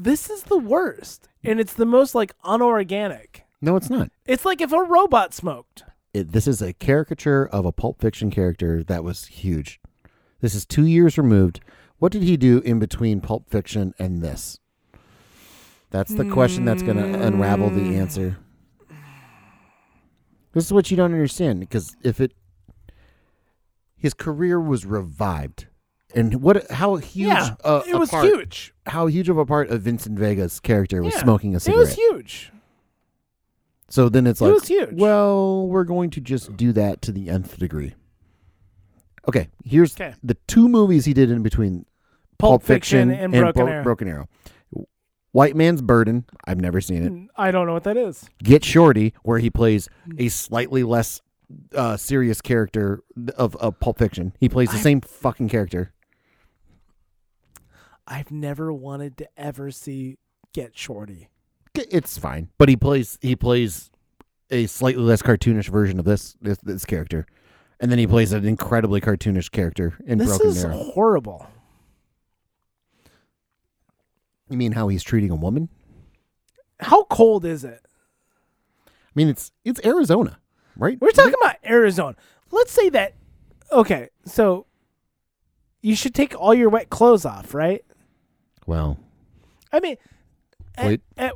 This is the worst, and it's the most like unorganic.
No, it's not.
It's like if a robot smoked.
it, this is a caricature of a Pulp Fiction character that was huge. This is two years removed. What did he do in between Pulp Fiction and this? That's the question that's going
Hmm.
to unravel the answer. This is what you don't understand because if it, his career was revived, and what how huge
yeah,
uh,
it was
a part-
huge.
how huge of a part of Vincent Vega's character was
Yeah,
smoking a
It
cigarette.
was huge.
So then it's
It
like,
was huge.
well, we're going to just do that to the nth degree. Okay, here's
'Kay.
the two movies he did in between
Pulp, Fiction, and Broken
Bo-
Arrow.
Broken Arrow. White Man's Burden. I've never seen it.
Mm, I don't know what that is.
Get Shorty, where he plays
Mm.
a slightly less uh, serious character of, of Pulp Fiction. He plays the
I-
same fucking character.
I've never wanted to ever see Get Shorty.
K- It's fine, but he plays he plays a slightly less cartoonish version of this this, this character, and then he plays an incredibly cartoonish character in
This
Broken
is
Arrow.
horrible.
You mean how he's treating a woman?
How cold is it?
I mean, it's it's Arizona, right?
We're talking about Arizona. Let's say that. Okay, so you should take all your wet clothes off, right?
Well,
I mean, at-
Wait.
at-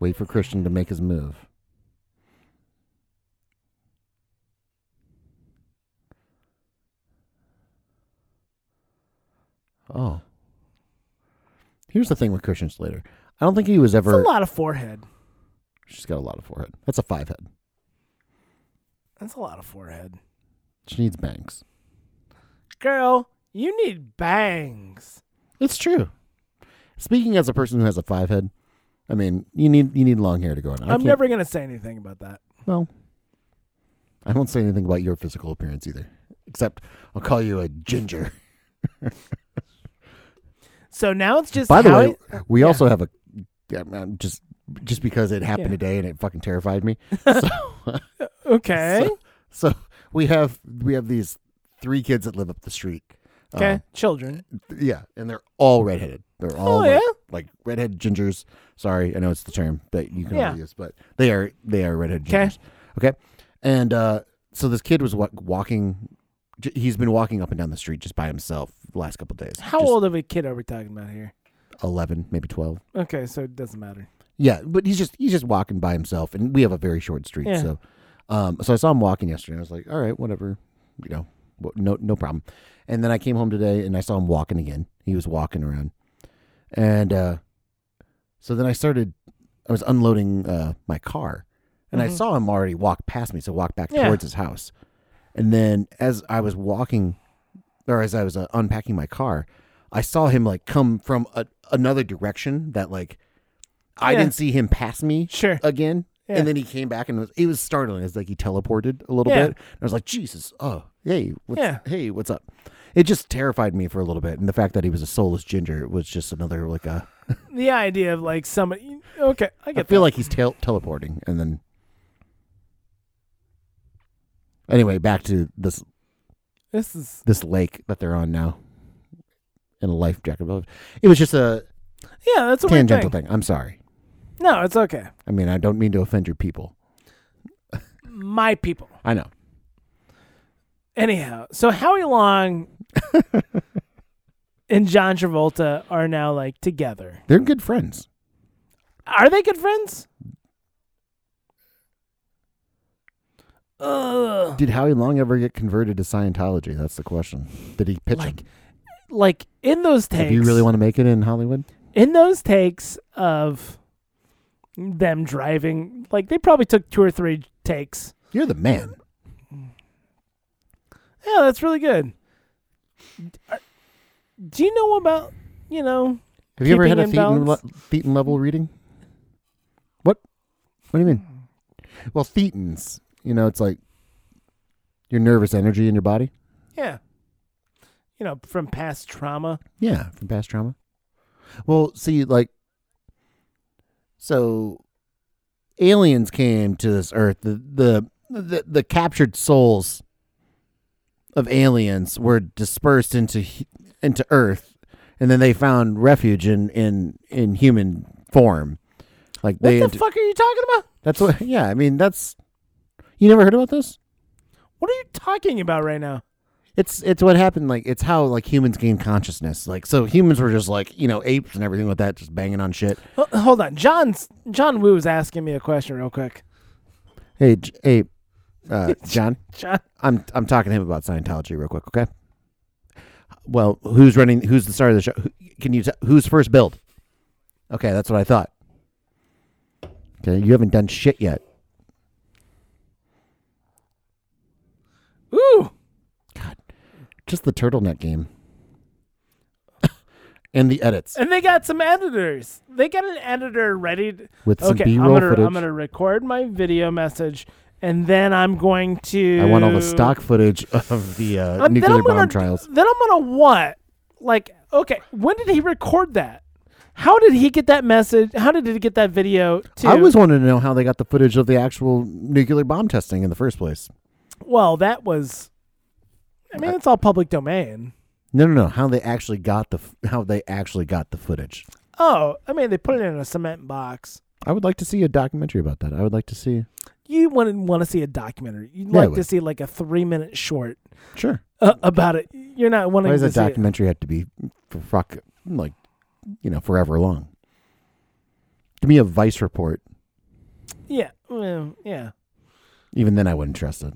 wait for Christian to make his move. Oh. Here's the thing with Christian Slater. I don't think he was
It's a
ever.
lot of forehead.
She's got a lot of forehead. That's a five head.
That's a lot of forehead.
She needs bangs.
Girl, you need bangs.
It's true. Speaking as a person who has a five head, I mean, you need you need long hair to go on. I
I'm
can't-
never gonna say anything about that.
Well, I won't say anything about your physical appearance either, except I'll call you a ginger.
So now it's just
<laughs> By the
how
way,
it-
we
yeah.
also have a I'm- I'm just just because it happened
Yeah.
today and it fucking terrified me.
okay,
So we have we have these three kids that live up the street. Uh,
okay, children.
yeah, and they're all redheaded. They're all
Oh
like,
yeah,
like redhead gingers. Sorry, I know it's the term that you can
Yeah.
only use, but they are they are redhead
'Kay.
gingers. Okay, and uh, so this kid was wa- walking. j- He's been walking up and down the street just by himself the last couple days.
how
Just
old of a kid are we talking about here?
Eleven, maybe twelve.
Okay, so it doesn't matter.
Yeah, but he's just he's just walking by himself, and we have a very short street.
Yeah.
So, um, so I saw him walking yesterday, and I was like, all right, whatever, you know, wh- no no problem. And then I came home today, and I saw him walking again. He was walking around, and uh, so then I started. I was unloading uh, my car, and I
Mhm.
saw him already walk past me, so walk back
Yeah.
towards his house. And then as I was walking, or as I was uh, unpacking my car, I saw him like come from a, another direction that like I
Yeah.
didn't see him pass me
Sure.
again.
Yeah.
And then he came back and was, it was startling. It's like he teleported a little
Yeah.
bit. I was like, Jesus, oh, hey, what's,
Yeah.
hey, what's up? It just terrified me for a little bit. And the fact that he was a soulless ginger was just another like a.
The idea of like somebody. Okay, I
I
get.
feel
that.
like he's tel- teleporting, and then anyway, back to this
this is
this lake that they're on now, in a life jacket. It was just a
yeah. That's a weird
tangential
thing.
thing. I'm sorry.
No, it's okay.
I mean, I don't mean to offend your people.
My people.
I know.
Anyhow, so Howie
<laughs>
Long and John Travolta are now like together.
They're good friends.
Are they good friends? Ugh.
Did Howie Long ever get converted to Scientology? That's the question. Did he pitch
Like
him?
like in those takes.
If you really want to make it in Hollywood,
in those takes of them driving, like they probably took two or three takes.
you're the man.
Yeah, that's really good. Are- Do you know about you know?
Have you ever had
Keeping
a
in
thetan, le-
balance?
thetan level reading? What? What do you mean?
Hmm.
Well, thetans. You know, it's like your nervous energy in your body.
Yeah, you know from past trauma.
Yeah, from past trauma. Well, see, like, so aliens came to this earth. The the the, the captured souls of aliens were dispersed into hu- into Earth, and then they found refuge in in in human form. Like
What
they,
the fuck are you talking about?
that's what. <laughs> Yeah, I mean, that's you never heard about this.
What are you talking about right now?
It's it's what happened. Like it's how like humans gain consciousness. Like so, humans were just like you know apes and everything with that, just banging on shit.
Ho- Hold on, John's John Woo is asking me a question real quick.
Hey, J- hey,
<laughs>
uh, John.
John,
I'm I'm talking to him about Scientology real quick. Okay. Well, who's running? Who's the star of the show? Who, can you? T- who's first build? Okay, that's what I thought. Okay, you haven't done shit yet.
ooh,
Just the turtleneck game. <laughs> and the edits
and they got some editors. They got an editor ready. To,
with some
okay, I'm
B-roll
gonna
footage.
I'm gonna record my video message, and then I'm going to.
I want all the stock footage of the uh,
Uh, then
nuclear
I'm
bomb
gonna,
trials.
Then I'm gonna what? Like, okay, when did he record that? How did he get that message? How did he get that video? To,
I always wanted to know how they got the footage of the actual nuclear bomb testing in the first place.
well. That was. I mean, it's all public domain.
No, no, no. How they actually got the f- how they actually got the footage.
Oh, I mean, they put it in a cement box.
I would like to see a documentary about that. I would like to see.
You wouldn't want to see a documentary. You'd
Yeah, I
like to
would.
see like a three-minute short
Sure.
uh, about it. You're not wanting
Why does
to
a
see. it.
documentary have to be for fuck like you know forever long? Give me a Vice report.
Yeah, well, yeah.
Even then, I wouldn't trust it.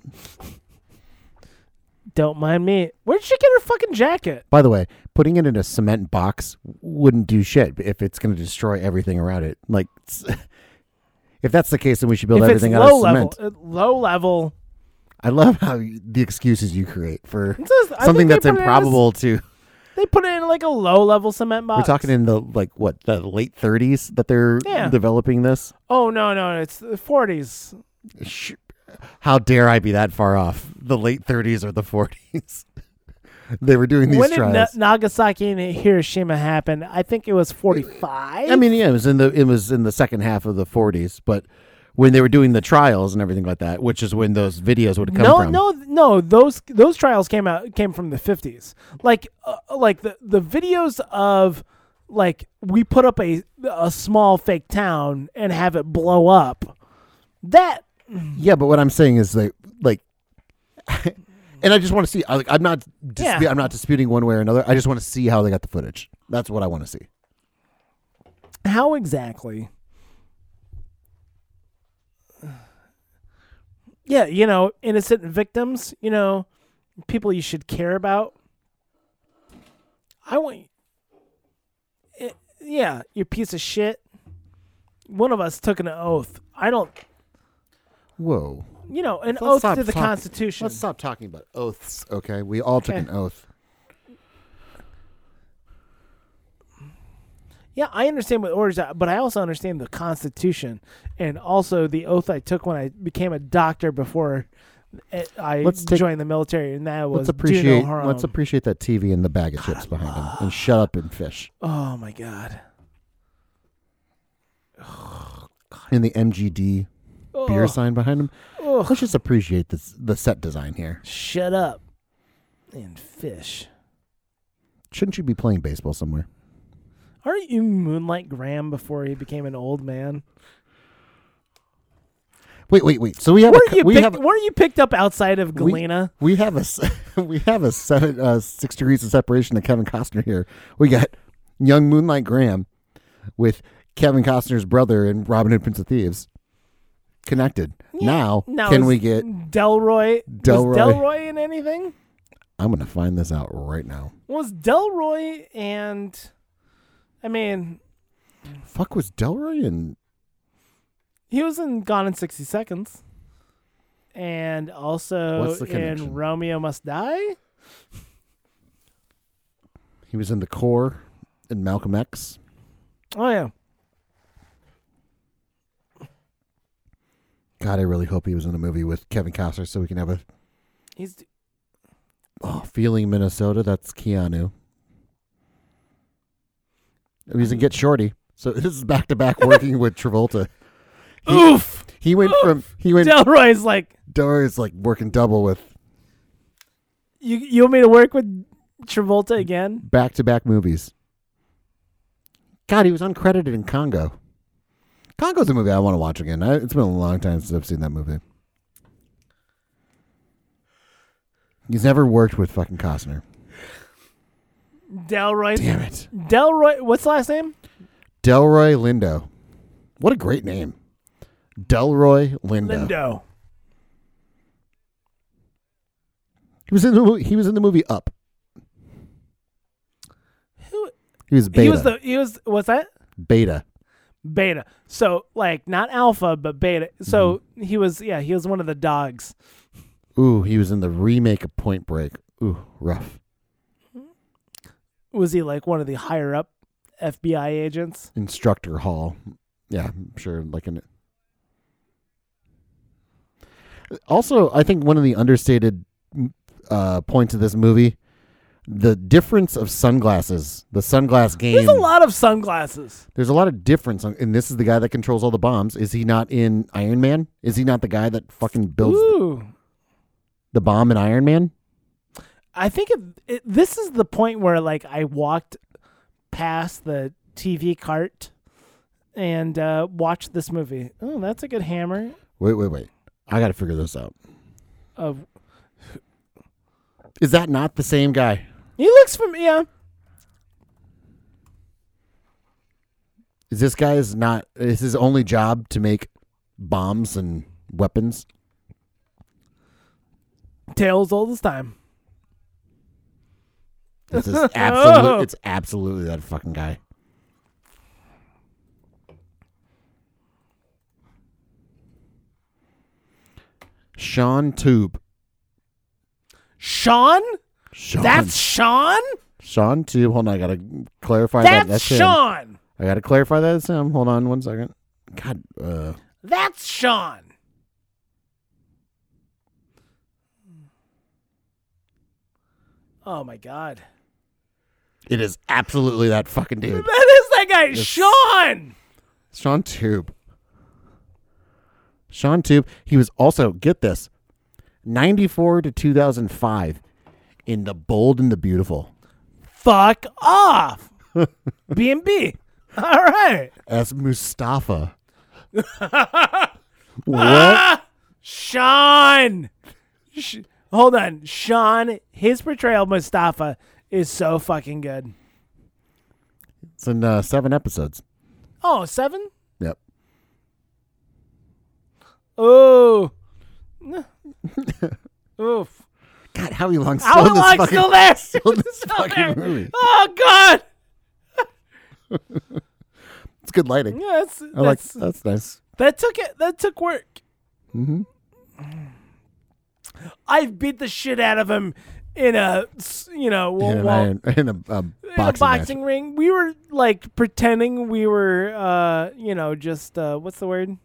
Don't mind me. Where'd she get her fucking jacket?
By the way, putting it in a cement box wouldn't do shit if it's going to destroy everything around it. Like, s- <laughs> if that's the case, then we should build
if it's
everything out
low
of
level,
cement.
uh, low level.
I love how you- the excuses you create for
It says- I think
something
they
that's
put it in a s-
improbable to.
they put it in like a low level cement box.
We're talking in the like what the late 30s that they're
Yeah.
developing this.
Oh no, no, it's the forties.
Sh- How dare I be that far off? The late 30s or the 40s? <laughs> they were doing these
When did
trials.
Na- Nagasaki and Hiroshima happen? I think it was forty-five.
I mean, yeah, it was in the it was in the second half of the 40s, but when they were doing the trials and everything like that, which is when those videos would come
no,
from.
no, no. Those those trials came out came from the fifties. Like, uh, like the the videos of like we put up a a small fake town and have it blow up. That
Yeah, but what I'm saying is that like, <laughs> and I just want to see. I, like, I'm not dis-
Yeah.
I'm not disputing one way or another. I just want to see how they got the footage. That's what I want to see.
how exactly? Yeah, you know, innocent victims. You know, people you should care about. I want. Eh, yeah, you piece of shit. One of us took an oath. I don't.
Whoa.
You know, an
Let's
oath
stop
to the
talk-
Constitution.
Let's stop talking about oaths, okay? We all took
Okay.
an oath.
Yeah, I understand what orders are, but I also understand the Constitution and also the oath I took when I became a doctor before eh, I
Let's take-
joined the military, and that was
Let's appreciate
do no harm.
let's appreciate that TV and the bag of chips behind him, and shut up and fish.
oh my god,
And the MGD beer sign behind him.
Ugh.
Let's just appreciate this the set design here.
shut up and fish.
Shouldn't you be playing baseball somewhere?
Aren't you Moonlight Graham before he became an old man?
Wait, wait, wait. So we have a,
Weren't
cu-
you,
we
picked,
have
weren't you picked up outside of
We-
Galena?
we have a s- <laughs> we have a seven uh, six degrees of separation to Kevin Costner here. We got young Moonlight Graham with Kevin Costner's brother and Robin Hood Prince of Thieves connected. now,
Now
can
is
we get?
Delroy?
Delroy.
Was Delroy in anything?
I'm gonna find this out right now.
Was Delroy and I mean
Fuck was Delroy and
He was in Gone in 60 Seconds. And also
What's the
in
connection?
Romeo Must Die.
he was in the core and Malcolm X.
Oh, yeah.
God, I really hope he was in a movie with Kevin Costner so we can have a
He's
oh, feeling Minnesota. That's Keanu. He was in Get Shorty. So this is back to back working with Travolta. He-
Oof!
He went from
<laughs>
he went
Delroy's like,
Doris like working double with
you, you want me to work with Travolta again?
back to back movies. God, he was uncredited in Congo. Congo's a movie I want to watch again. I, it's been a long time since I've seen that movie. He's never worked with fucking Costner.
Delroy's.
Damn it.
Delroy. What's the last name?
Delroy Lindo. What a great name. Delroy Lindo.
Lindo.
He was in the mo- he was in the movie Up.
Who-
He was beta.
He was the. He was. What's that?
beta.
Beta. So, like, not alpha, but beta. So,
Mm-hmm.
he was, yeah, he was one of the dogs.
Ooh, he was in the remake of Point Break. Ooh, rough.
Was he, like, one of the higher up FBI agents?
Instructor Hall. Yeah, I'm sure like an Also, I think one of the understated uh, points of this movie, the difference of sunglasses, the sunglass game.
There's a lot of sunglasses.
There's a lot of difference, on, and this is the guy that controls all the bombs. Is he not in Iron Man? Is he not the guy that fucking builds
Ooh.
the bomb in Iron Man?
I think it, it, this is the point where like I walked past the TV cart and uh, watched this movie. Oh, that's a good hammer.
Wait, wait, wait. I got to figure this out.
Of
Is that not the same guy?
he looks from yeah.
Is this guy is not? Is his only job to make bombs and weapons?
Tails all this time. <laughs>
It's just
Oh.
absolute, It's absolutely that fucking guy. Sean Tube.
Sean?
Sean.
That's Sean?
Sean Tube. Hold on, I gotta clarify that.
That's,
That's him.
Sean.
I gotta clarify that. That's him. Hold on one second. God. Uh,
That's Sean. Oh my god. <laughs>
it is absolutely that fucking dude.
That is that guy, Sean.
Sean Tube. Sean Tube. He was also, get this, 94 to 2005 in The Bold and the Beautiful.
Fuck
<laughs>
off. B and B. All right.
As
<laughs>
Mustafa. what?
Sean. Sh- Hold on. Sean, his portrayal of Mustafa is so fucking good.
It's in uh, seven episodes.
Oh, seven?
Yep. <laughs>
Oh. Oof.
God, Howie Long's still
How
in this
long
fucking, <laughs>
still there?
still in
<laughs>
this
Still
fucking
there.
movie.
Oh god.
It's good lighting.
Yeah, that's,
I like
that's
that's nice.
that took it that took work.
Mhm.
I've beat the shit out of him in a s- you know wall,
in, an
wall-
iron- in a, a
in
boxing,
a boxing ring. We were like pretending we were uh you know just uh what's the word?
match.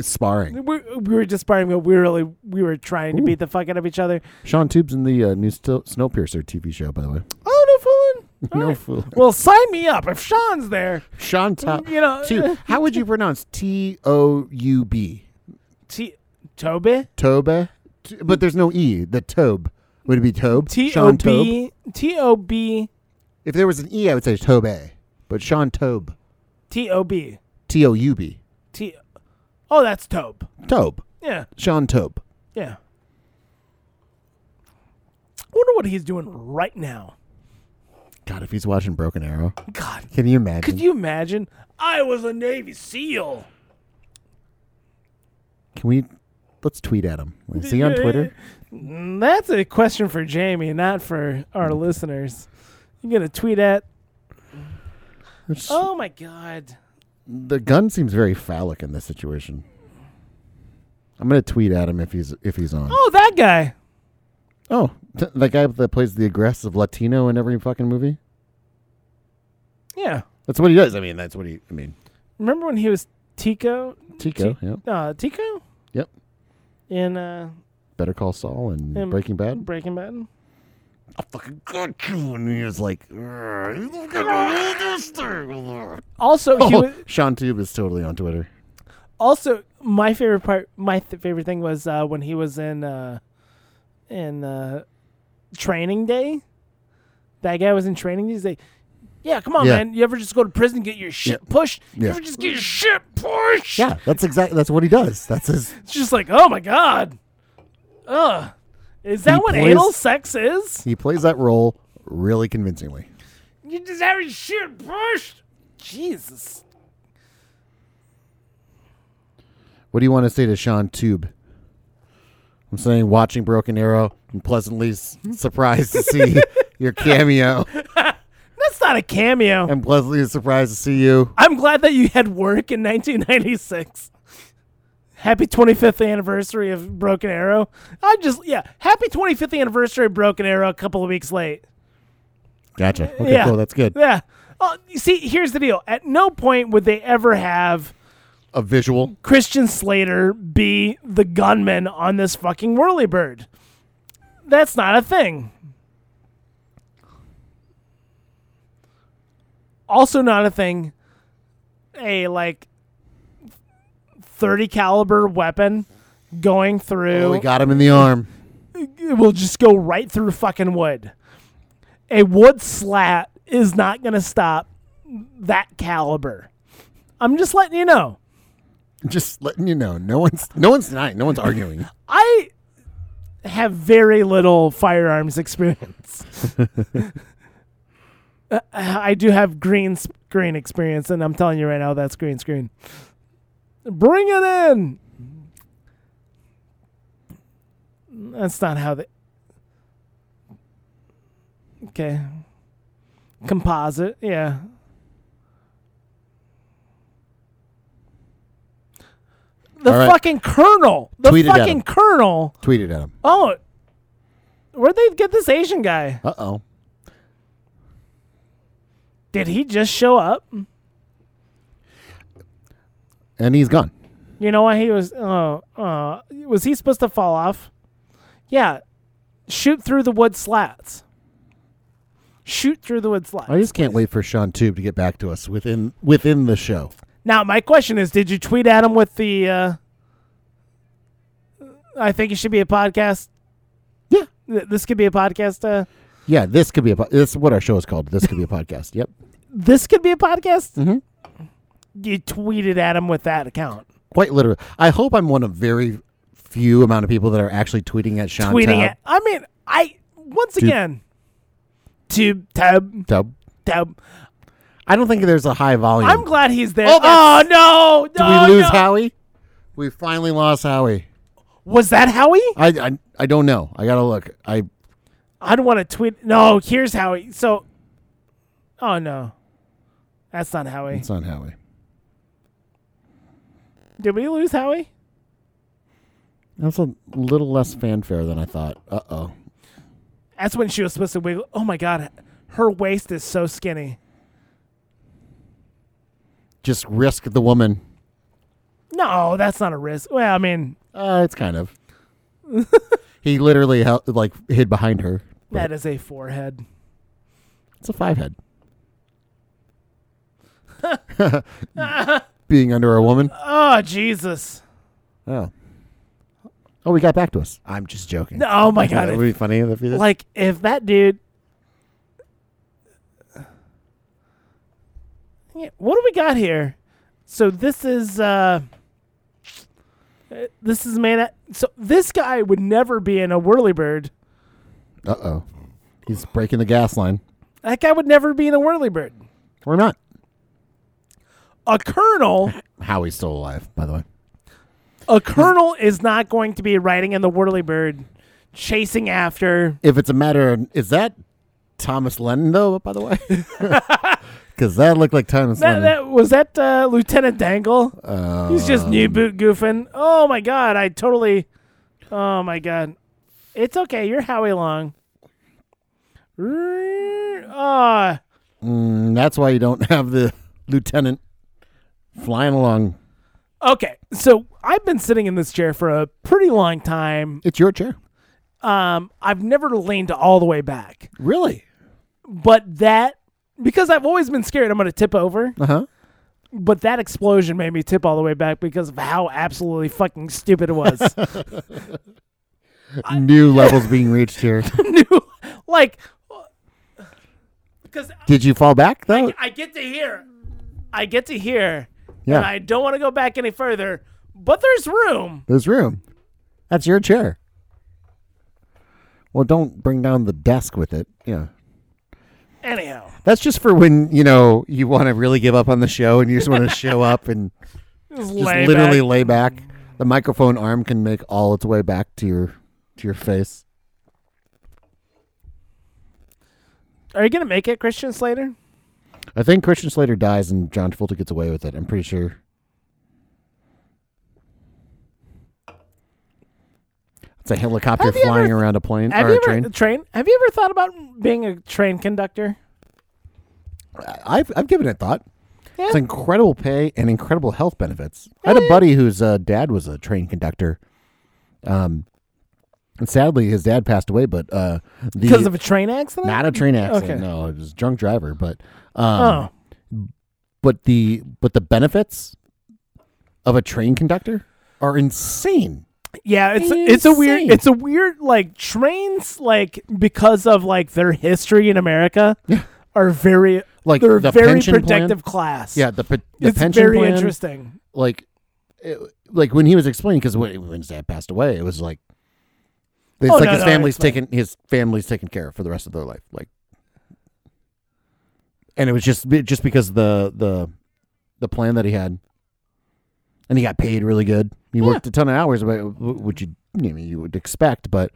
Sparring.
We, we were just sparring, but we were really we were trying to
Ooh.
beat the fuck out of each other.
Sean Tube's in the uh, new Sto- Snowpiercer TV show, by the way.
Oh no, fooling. All
<laughs> no
right.
fool.
Well, sign me up if Sean's there.
Sean Tube.
You know,
Tube. How would you pronounce T O U B?
T- Toby.
Tobe? T- But there's no E. The Tobe. Would it be Tobe?
T O
Sean Tobe?
B T O B
If there was an E, I would say Tobe. But Sean Tobe.
T O B
T O U B.
T. Oh, that's Tobe.
Tobe.
Yeah,
Sean Tobe.
yeah. Wonder what he's doing right now.
God, if he's watching Broken Arrow,
God,
can you imagine?
could you imagine? I was a Navy SEAL.
Can we? Let's tweet at him. Is he on Twitter?
Mm, That's a question for Jamie, not for our listeners. You're gonna tweet at?
It's-
Oh my God!
The gun seems very phallic in this situation. I'm gonna tweet at him if he's if he's on.
Oh, that guy.
Oh, th- that guy that plays the aggressive Latino in every fucking movie.
Yeah.
That's what he does. I mean, that's what he. I mean,
Remember when he was Tico?
Tico.
Ti-
yeah.
Uh, Tico.
Yep.
In uh,
Better Call Saul and
Um,
Breaking Bad.
Breaking Bad.
I fucking got you, and he was like, "Ugh, you look at all this thing."
Also, he
Oh,
was,
Sean Tube is totally on Twitter.
also my favorite part. My th- favorite thing was uh, when he was in uh, in uh, Training Day. That guy was in Training Day. He's like, "Yeah, come on,
Yeah.
man. You ever just go to prison, get your shit pushed? You
Yeah.
ever just get your shit pushed?
Yeah, that's exactly that's what he does. That's his
It's just like, oh my god, ugh. Is that what
plays-
anal sex is?
He plays that role really convincingly.
You just have your shit pushed. Jesus.
What do you want to say to Sean Tube? I'm saying watching Broken Arrow and pleasantly s- surprised to <laughs> see your cameo.
That's not a cameo.
I'm pleasantly surprised to see you.
I'm glad that you had work in 1996. Happy 25th anniversary of Broken Arrow. I just yeah, happy 25th anniversary of Broken Arrow. A couple of weeks late.
Gotcha. Okay,
Yeah.
cool. That's good.
Yeah. Oh, you see, here's the deal. At no point would they ever have
A visual.
Christian Slater be the gunman on this fucking whirlybird. That's not a thing. Also not a thing. A like 30 caliber weapon going through
Oh, we got him in the arm.
it will just go right through fucking wood. A wood slat is not going to stop that caliber. I'm just letting you know.
<laughs> Just letting you know, no one's no one's denying, no one's arguing.
I have very little firearms experience.
<laughs>
Uh, I do have green screen experience, and I'm telling you right now, that's green screen. Bring it in. That's not how they. Okay. Composite, yeah. The
All right.
fucking colonel. The
Tweet it at
fucking
him.
colonel.
Tweeted at him.
Oh, where'd they get this Asian guy?
Uh oh.
Did he just show up?
And he's gone.
You know why he was? Oh, uh, was he supposed to fall off? Yeah, shoot through the wood slats. Shoot through the wood slats.
I just can't wait for Sean Tube to get back to us within within the show.
Now, my question is, did you tweet at him with the? Uh, I think it should be a podcast.
Yeah.
Th- This could be a podcast. Uh,
Yeah, this could be a po- this is what our show is called. This
<laughs>
could be a podcast. Yep.
this could be a podcast.
Mhm.
You tweeted at him with that account,
Quite literally. I hope I'm one of very few amount of people that are actually tweeting at Sean
tweeting
Taub.
at. I mean, I once again, tube tab
Taub.
tab.
I don't think there's a high volume.
I'm glad he's there.
Oh,
Oh, no!
Did
no,
we lose
no.
Howie? We finally lost Howie.
Was that Howie?
I, I I don't know. I gotta look. I
I don't want to tweet. No, here's Howie. So, oh no, that's not Howie.
it's not Howie.
Did we lose Howie?
That's a little less fanfare than I thought. Uh oh.
That's when she was supposed to wiggle. Oh my god, her waist is so skinny.
Just risk the woman.
No, that's not a risk. Well, I mean,
Uh, it's kind <laughs> of. he literally hel- like hid behind her.
that is a forehead.
It's a five <laughs> head. Being under a woman.
Oh Jesus!
Oh. Oh, we got back to us. I'm just joking.
No, oh my god!
That
If-
would be funny if you did.
like if that dude. Yeah, what do we got here? So this is uh uh, this is made at, so this guy would never be in a whirlybird.
Uh oh. He's breaking the gas line.
That guy would never be in a whirlybird.
Or not.
A colonel
Howie's still alive, by the way.
a colonel <laughs> is not going to be riding in the whirlybird chasing after
If it's a matter of, is that Thomas Lennon though, by the
<laughs>
way? <laughs> Because that looked like Thomas
that,
Lennon.
that was that uh, Lieutenant Dangle?
Uh,
He's just new boot goofing. Oh my god, I totally. Oh my god, it's okay. You're Howie Long. Uh,
mm, that's why you don't <laughs> have the lieutenant flying along.
okay, so I've been sitting in this chair for a pretty long time.
It's your chair.
Um, I've never leaned all the way back,
Really?
but that because I've always been scared I'm going to tip over.
Uh huh.
But that explosion made me tip all the way back because of how absolutely fucking stupid it was. <laughs>
Uh, New levels being reached <laughs> here.
New, like, uh, because
Did you fall back though?
I, <laughs> I get to here. I get to here.
Yeah.
And I don't want to go back any further, but there's room.
There's room. That's your chair. Well, don't bring down the desk with it. Yeah.
Anyhow,
That's just for when, you know, you want to really give up on the show and you just want <laughs> to show up and
just,
just
lay
literally
back.
lay back. The microphone arm can make all its way back to your to your face.
Are you gonna make it, Christian Slater?
I think Christian Slater dies and John Travolta gets away with it. I'm pretty sure. It's a helicopter
Have you
flying
ever-
around a plane
Have
or
you
a
ever
train.
train? Have you ever thought about being a train conductor?
I've I've given it thought.
Yeah.
It's incredible pay and incredible health benefits. I had a buddy whose uh, dad was a train conductor. Um, and sadly, his dad passed away, but uh, the-
Because of a train accident?
not a train
<laughs>
accident.
Okay.
No, it was a drunk driver. But
oh.
um, but the but the benefits of a train conductor are insane.
Yeah, it's it's a weird
insane.
it's a weird like trains like because of like their history in America
Yeah.
are very
Like
they're a
the
very
pension plan?
protective class.
Yeah, the, pe- the
it's
pension
very
plan,
interesting.
Like, it, like when he was explaining, because when, when his dad passed away, it was like it's
Oh,
like
no,
his
no,
family's
it's like-
taken his family's taken care of for the rest of their life. Like, and it was just it- just because the the the plan that he had, and he got paid really good. He worked a ton of hours, but what you you, know, you would expect, but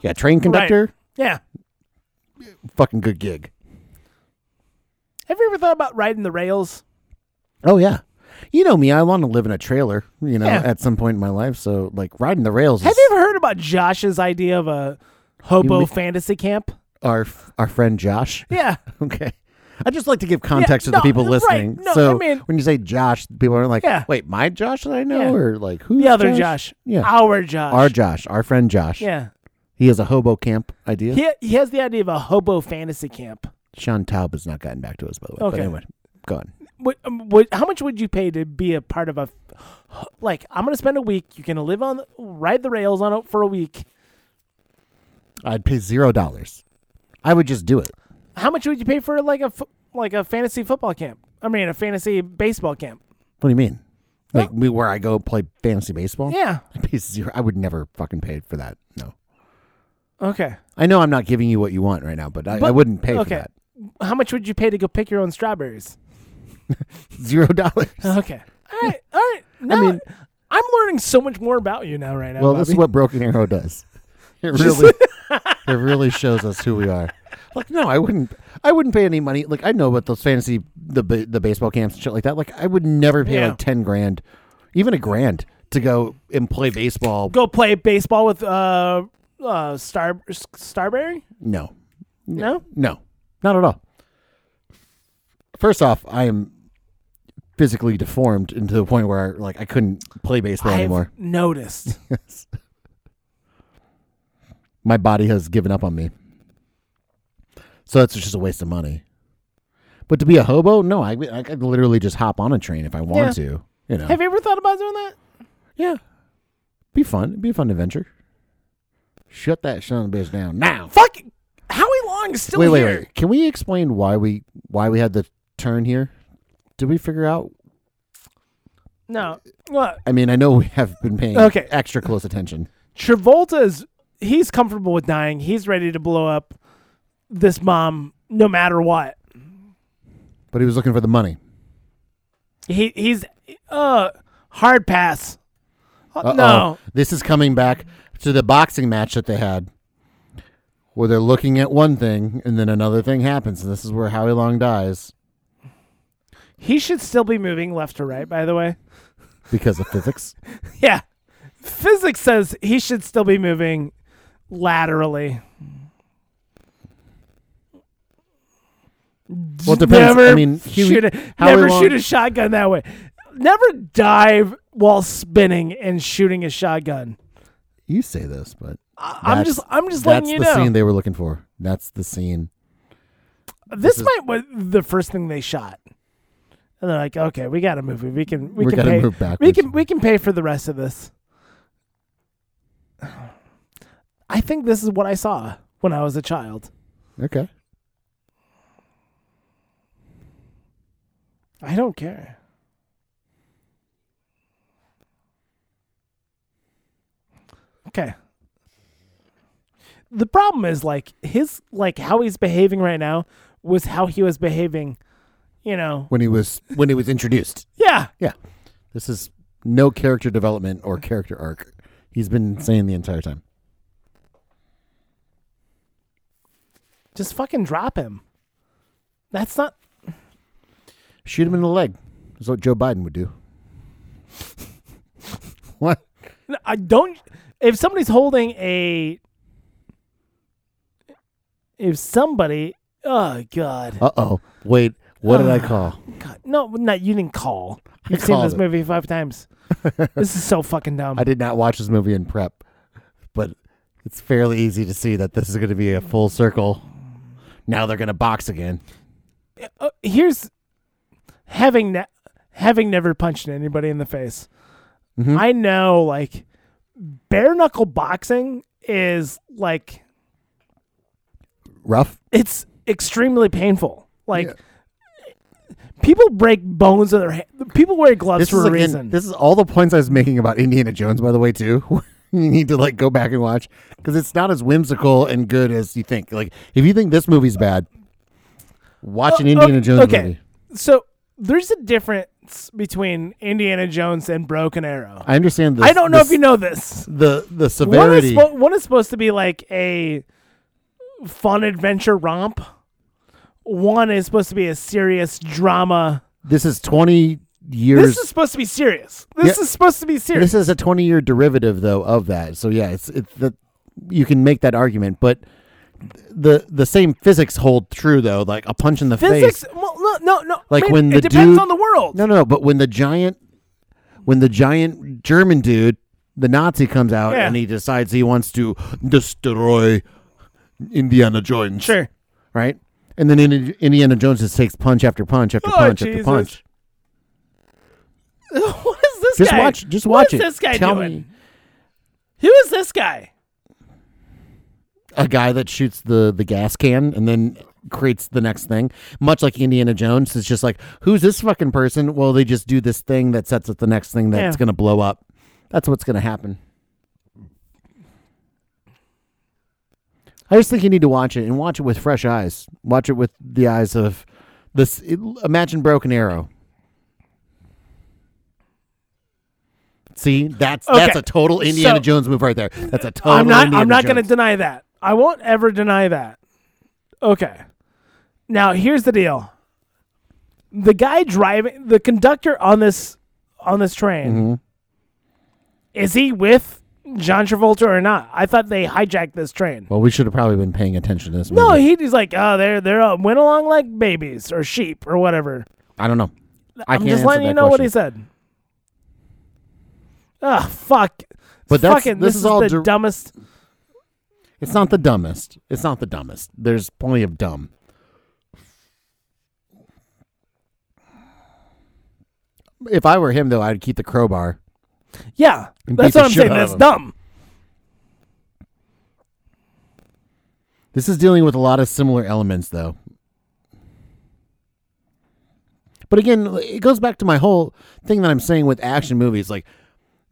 yeah, train conductor,
Yeah.
fucking good gig.
Have you ever thought about riding the rails?
Oh yeah. You know me, I want to live in a trailer, you know,
Yeah.
at some point in my life. So like riding the rails
Have
is
you ever heard about Josh's idea of a hobo fantasy camp?
our our friend Josh. <laughs>
Yeah.
Okay. I just like to give context
Yeah,
to the
no,
people
right,
listening.
no,
so
I mean-
when you say Josh, people are like,
Yeah.
"Wait, my Josh that I know,
Yeah.
or like who?
The other Josh.
Yeah.
Our Josh.
Our Josh, our friend Josh.
yeah.
He has a hobo camp idea.
He, he has the idea of a hobo fantasy camp.
Sean Taub has not gotten back to us by the way.
Okay.
But anyway, go on.
What, um, what, how much would you pay to be a part of a. Like, I'm going to spend a week. You're going to live on. Ride the rails on it for a week.
I'd pay zero dollars. I would just do it.
How much would you pay for like a fo- like a fantasy football camp? I mean, a fantasy baseball camp.
What do you mean? Like me, where I go play fantasy baseball?
Yeah.
I'd pay zero. I would never fucking pay for that. No.
Okay.
I know I'm not giving you what you want right now, but I, I
But-
wouldn't pay for
okay.
that.
How much would you pay to go pick your own strawberries?
Zero <laughs> dollars.
Okay. All right. All right. Now, <laughs> I
mean-
am learning so much more about you now, right now.
Well, this is
Bobby.
what Broken Arrow does. It <laughs> really, it really shows us who we are. Like, no, I wouldn't. I wouldn't pay any money. Like, I know about those fantasy the ba- the baseball camps and shit like that. Like, I would never pay
Yeah.
like ten grand, even a grand to go and play baseball.
go play baseball with uh uh Star Starberry.
No,
No.
no, not at all. First off, I am physically deformed into the point where like I couldn't play baseball
I've
anymore. <laughs>
noticed.
my body has given up on me. So that's just a waste of money. But to be a hobo, no, I I could literally just hop on a train if I want to. You know,
Have you ever thought about doing that?
yeah, be fun, It'd be a fun adventure. Shut that son of a bitch down now.
Fuck. Howie Long is still
wait, wait,
here.
wait. Can we explain why we why we had the turn here? Did we figure out?
No. Look,
I mean, I know we have been paying
Okay.
extra close attention.
Travolta is he's comfortable with dying. He's ready to blow up this mom no matter what.
But he was looking for the money.
He he's uh hard pass. Uh,
Uh-oh.
no.
This is coming back to the boxing match that they had where they're looking at one thing and then another thing happens. And this is where Howie Long dies
He should still be moving left to right, by the way.
because of
<laughs>
physics.
Yeah. Physics says he should still be moving laterally.
Well, it depends.
Never
I mean, Huey-
shoot a,
Howie
never
Long-
shoot a shotgun that way. Never dive while spinning and shooting a shotgun.
you say this, but
I- I'm
That's-
just I'm just
that's
letting
the
you know.
scene they were looking for. That's the scene.
this
is-
might was the first thing they shot. And they're like, okay, we got a movie. We can we,
We
can
gotta
pay,
move
We
backwards.
can we can pay for the rest of this. <sighs> I think this is what I saw when I was a child.
Okay.
I don't care. Okay. The problem is like his like how he's behaving right now was how he was behaving, you know.
When he was when he was introduced.
Yeah.
Yeah. This is no character development or character arc. He's been saying the entire time.
Just fucking drop him. That's not
Shoot him in the leg. That's what Joe Biden would do. <laughs> what?
No, I don't. If somebody's holding a, if somebody, oh god,
Uh oh. Wait.
<sighs>
What did I call?
god, no, not you didn't call. You've seen
called
this
it.
movie five
<laughs>
times. this is so fucking dumb.
I did not watch this movie in prep, but it's fairly easy to see that this is going to be a full circle. Now they're going to box again.
Uh, here's having ne- having never punched anybody in the face.
Mm-hmm.
I know, like bare knuckle boxing is like
Rough.
it's extremely painful. Like
Yeah.
people break bones in their hand. People wear gloves
This
for
is
a
again-
reason.
This is all the points I was making about Indiana Jones, by the way, too. <laughs> you need to like go back and watch because it's not as whimsical and good as you think. Like if you think this movie's bad, watch an
Oh,
Indiana
okay,
Jones
okay.
movie.
so there's a difference between Indiana Jones and Broken Arrow.
I understand. The,
I don't know
the
if you know this.
the the
One is,
severity.
spo- one is supposed to be like a fun adventure romp. One is supposed to be a serious drama.
This is 20 years.
This is supposed to be serious. This
Yeah.
is supposed to be
And
serious.
This is a 20 year derivative though of that. So yeah, it's it's the you can make that argument, but the the same physics hold true though, like a punch in the
Physics?
face.
Well, no, no, no.
Like
Maybe-
when
it
the
depends
dude-
on the world.
No, no, no, but when the giant when the giant German dude, the Nazi comes out
Yeah.
and he decides he wants to destroy Indiana Jones,
Sure. <laughs>
right? And then Indi- Indiana Jones just takes punch after punch after
Oh,
punch
Jesus.
after punch.
what is this
Just
guy?
watch, just
What
watch
is
it.
this guy
Tell
doing?
me
Who is this guy?
a guy that shoots the the gas can and then creates the next thing much like indiana jones it's just like who's this fucking person well they just do this thing that sets up the next thing that's
Yeah.
going to blow up that's what's going to happen i just think you need to watch it and watch it with fresh eyes watch it with the eyes of this imagine broken arrow see that's that's
Okay.
a total indiana
So-
jones move right there that's a total
I'm not.
indiana
I'm not
jones.
going to deny that. I won't ever deny that. Okay. Now here's the deal. The guy driving, the conductor on this on this train,
Mm-hmm.
is he with John Travolta or not? I thought they hijacked this train.
Well, we should have probably been paying attention to this.
No,
movie.
he, he's like, oh, they're they're uh, went along like babies or sheep or whatever.
I don't know. I
I'm
can't
just
answer
letting you
that
know what
question.
he said. Ah, fuck.
But that's-
Fucking,
this
this,
is
is,
all
the
dir-
dumbest.
It's not the dumbest. It's not the dumbest. There's plenty of dumb. If I were him, though, I'd keep the crowbar.
Yeah,
And beat
that's
the
what I'm
shit
saying.
out of
That's
him.
dumb.
This is dealing with a lot of similar elements, though. But again, it goes back to my whole thing that I'm saying with action movies. Like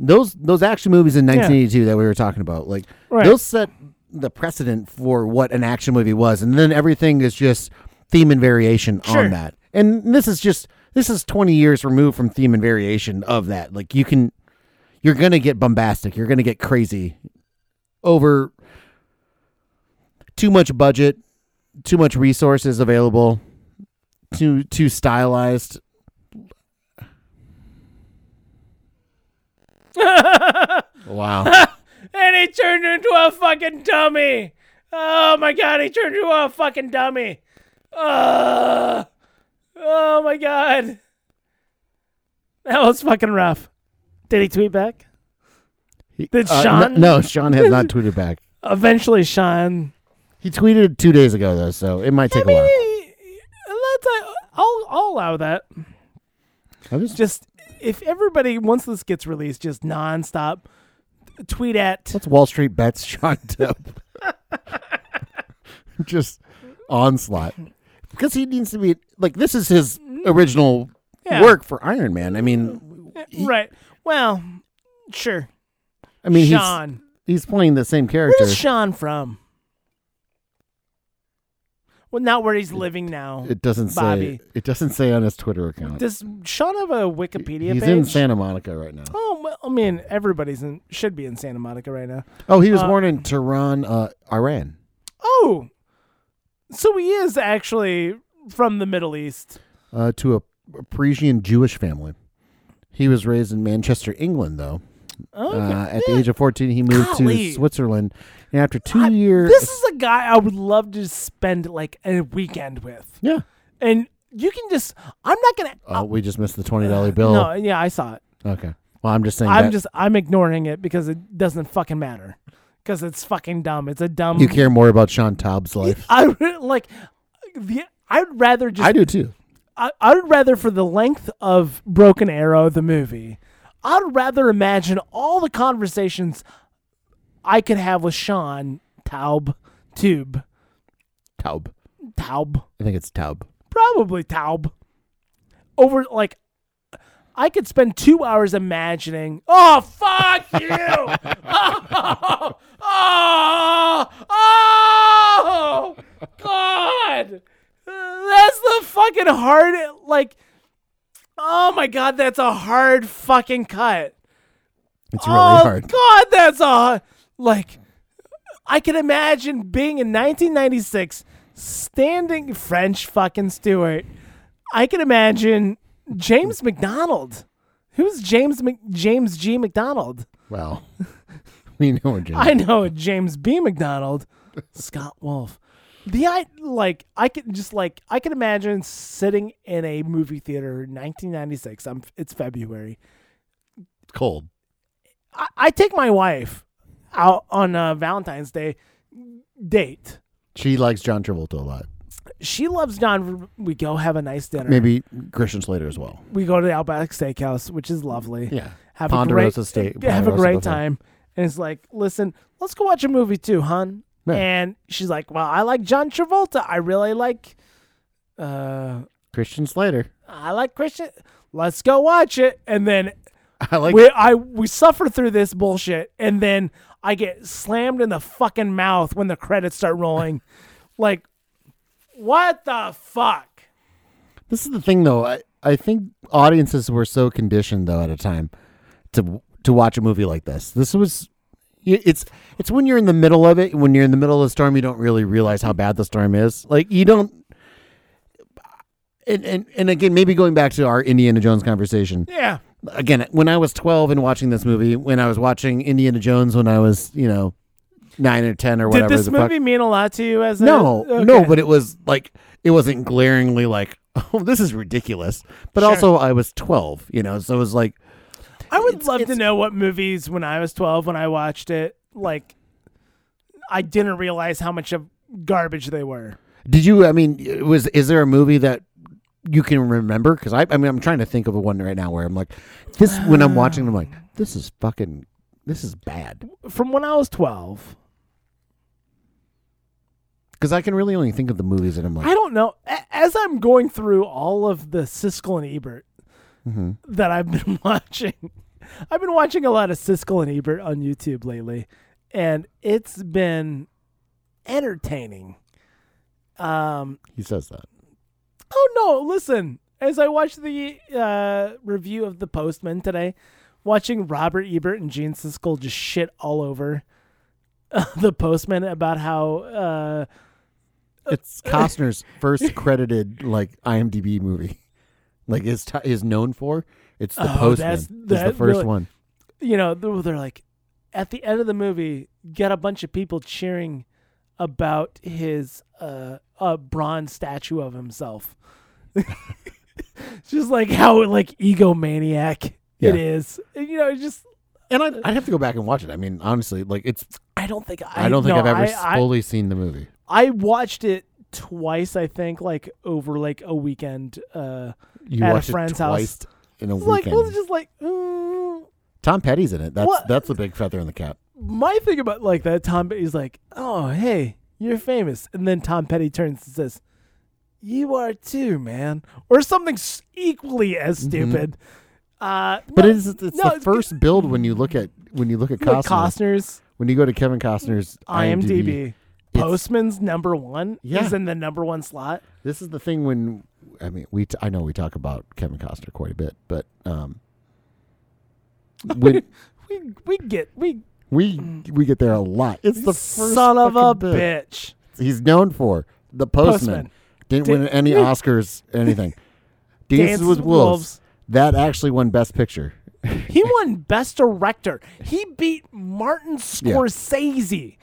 those those action movies in 1982 that we were talking about, like
Right.
those set the precedent for what an action movie was, and then everything is just theme and variation
Sure.
on that. And this is just this is 20 years removed from theme and variation of that. Like you can, you're gonna get bombastic, you're gonna get crazy over too much budget, too much resources available, too too stylized. Wow.
And he turned into a fucking dummy. Oh my god, he turned into a fucking dummy. Ugh. oh my god. That was fucking rough. Did he tweet back? Did Sean-
Uh, no, Sean has
<laughs>
not tweeted back.
Eventually, Sean.
He tweeted two days ago though, so it might take
I mean,
a while.
let's, uh, I'll, I'll allow that.
I'm just,
Just if everybody, once this gets released, just nonstop tweet at.
that's Wall Street bets <laughs> Sean Dope. just onslaught because he needs to be like this is his original
Yeah.
work for Iron Man. I mean,
Right. Well, sure.
I mean he's
Sean.
he's playing the same character.
Where's Sean from? Well, not where he's living now.
It doesn't
Bobby.
say. It doesn't say on his Twitter account.
Does Sean have a Wikipedia
He's
page?
in Santa Monica right now.
Oh, well, I mean, everybody's in should be in Santa Monica right now.
Oh, he was
Uh,
born in Tehran, uh, Iran.
Oh, so he is actually from the Middle East.
uh, to a, a Parisian Jewish family. He was raised in Manchester, England, though.
Okay.
Uh, at the age of 14, he moved
Golly.
to Switzerland. And after two
I-
years.
This is a guy I would love to spend like a weekend with,
yeah.
and you can just. I'm not gonna.
Oh, we just missed the $20 bill.
Uh, No, yeah, I saw it.
Okay. Well, I'm just saying
I'm
that
just I'm ignoring it because it doesn't fucking matter. Because it's fucking dumb. It's a dumb.
you care more about Sean Taub's life.
<laughs> I would like the. I'd rather just.
I do too.
I, I would rather for the length of Broken Arrow the movie. I'd rather imagine all the conversations I could have with Sean Taub, Tube,
Taub.
Taub,
I think it's Taub.
probably Taub. Over like, I could spend two hours imagining. Oh fuck you! oh, oh, oh, God! That's the fucking hard. Like, oh my God, that's a hard fucking cut.
It's really
oh
hard.
God, that's a like. I can imagine being in 1996 standing French fucking Stewart. I can imagine James McDonald. Who's James Mc- James G McDonald?
Well, <laughs> we know what James.
I know James B
<laughs>
McDonald, Scott Wolf. The I like I could just like I could imagine sitting in a movie theater, 1996. I'm it's February.
It's cold.
I, I take my wife out on a Valentine's Day date.
She likes John Travolta a lot.
She loves Don. We go have a nice dinner.
Maybe Christian Slater as well.
we go to the Outback Steakhouse, which is lovely.
Yeah.
Have
Ponderosa
a
steak-
great, <laughs> have a
Ponderosa
great
buffet.
time. And it's like, listen, let's go watch a movie too, hon.
Yeah.
And she's like, well, I like John Travolta. I really like, uh,
Christian Slater.
I like Christian. Let's go watch it. And then
I like.
we, I, we suffer through this bullshit. And then I get slammed in the fucking mouth when the credits start rolling. <laughs> like, what the fuck?
This is the thing, though. I, I think audiences were so conditioned, though, at a time to to watch a movie like this. This was y- it's it's when you're in the middle of it. When you're in the middle of the storm, you don't really realize how bad the storm is. Like you don't. And, and, and again, maybe going back to our Indiana Jones conversation.
Yeah.
Again, when I was 12 and watching this movie, when I was watching Indiana Jones when I was, you know, 9 or 10 or whatever.
Did this
the fuck-
movie mean a lot to you as
no,
a, uh, Okay.
no, but it was like it wasn't glaringly like, <laughs> oh, this is ridiculous. But
Sure.
also, I was twelve, you know, so it was like,
I would
It's-
love to
it's-
know what movies when I was 12 when I watched it like I didn't realize how much of garbage they were.
did you? I mean, it was is there a movie that you can remember? Because I, I mean, I'm trying to think of a one right now where I'm like, this when I'm watching, I'm like, this is fucking, this is bad.
From when I was 12,
Because I can really only think of the movies that I'm like,
I don't know A- as I'm going through all of the Siskel and Ebert
mhm.
that I've been <laughs> watching. I've been watching a lot of Siskel and Ebert on YouTube lately and it's been entertaining. Um
he says that.
Oh no! Listen, as I watched the uh, review of the Postman today, watching Robert Ebert and Gene Siskel just shit all over <laughs> the Postman about how uh,
It's Costner's
<laughs>
first credited like IMDb movie, like is t- is known for. It's the
Oh,
postman.
that's-
is the
that
first
really-
one.
you know they're, they're like at the end of the movie, get a bunch of people cheering about his uh, uh, bronze statue of himself. <laughs> just like how like egomaniac
Yeah.
it is, And, you know. it's Just
And I'd, I'd have to go back and watch it. I mean, honestly, like it's.
I don't think I,
I, don't think
no,
I've ever
I- I-
fully seen the movie.
I watched it twice, I think, like over like a weekend. Uh,
You
At a
watched it
friend's
twice
house.
in a
it's like,
weekend.
well, it's just like, mm.
Tom Petty's in it. That's
What?
that's the big feather in the cap.
my thing about like that. Tom Petty's like, oh hey, you're famous, and then Tom Petty turns and says, "You are too, man," or something s- equally as stupid. Uh,
Mm-hmm. But
no,
it's it's
no,
the first build when you look at when you look at
like
Costner.
Costner's
When you go to Kevin Costner's IMDb,
IMDb.
It's-
Postman's number one
Yeah.
is in the number one slot.
this is the thing when I mean we t- I know we talk about Kevin Costner quite a bit, but um,
<laughs>
when
We we get we
we we get there a lot. It's the first
son of a
fucking bit.
bitch.
he's known for the postman,
Postman.
didn't
Di-
win any oscars
<laughs>
anything dances
Dances
with
with
wolves.
Wolves.
that actually won best picture
He won Best Director. He beat Martin Scorsese.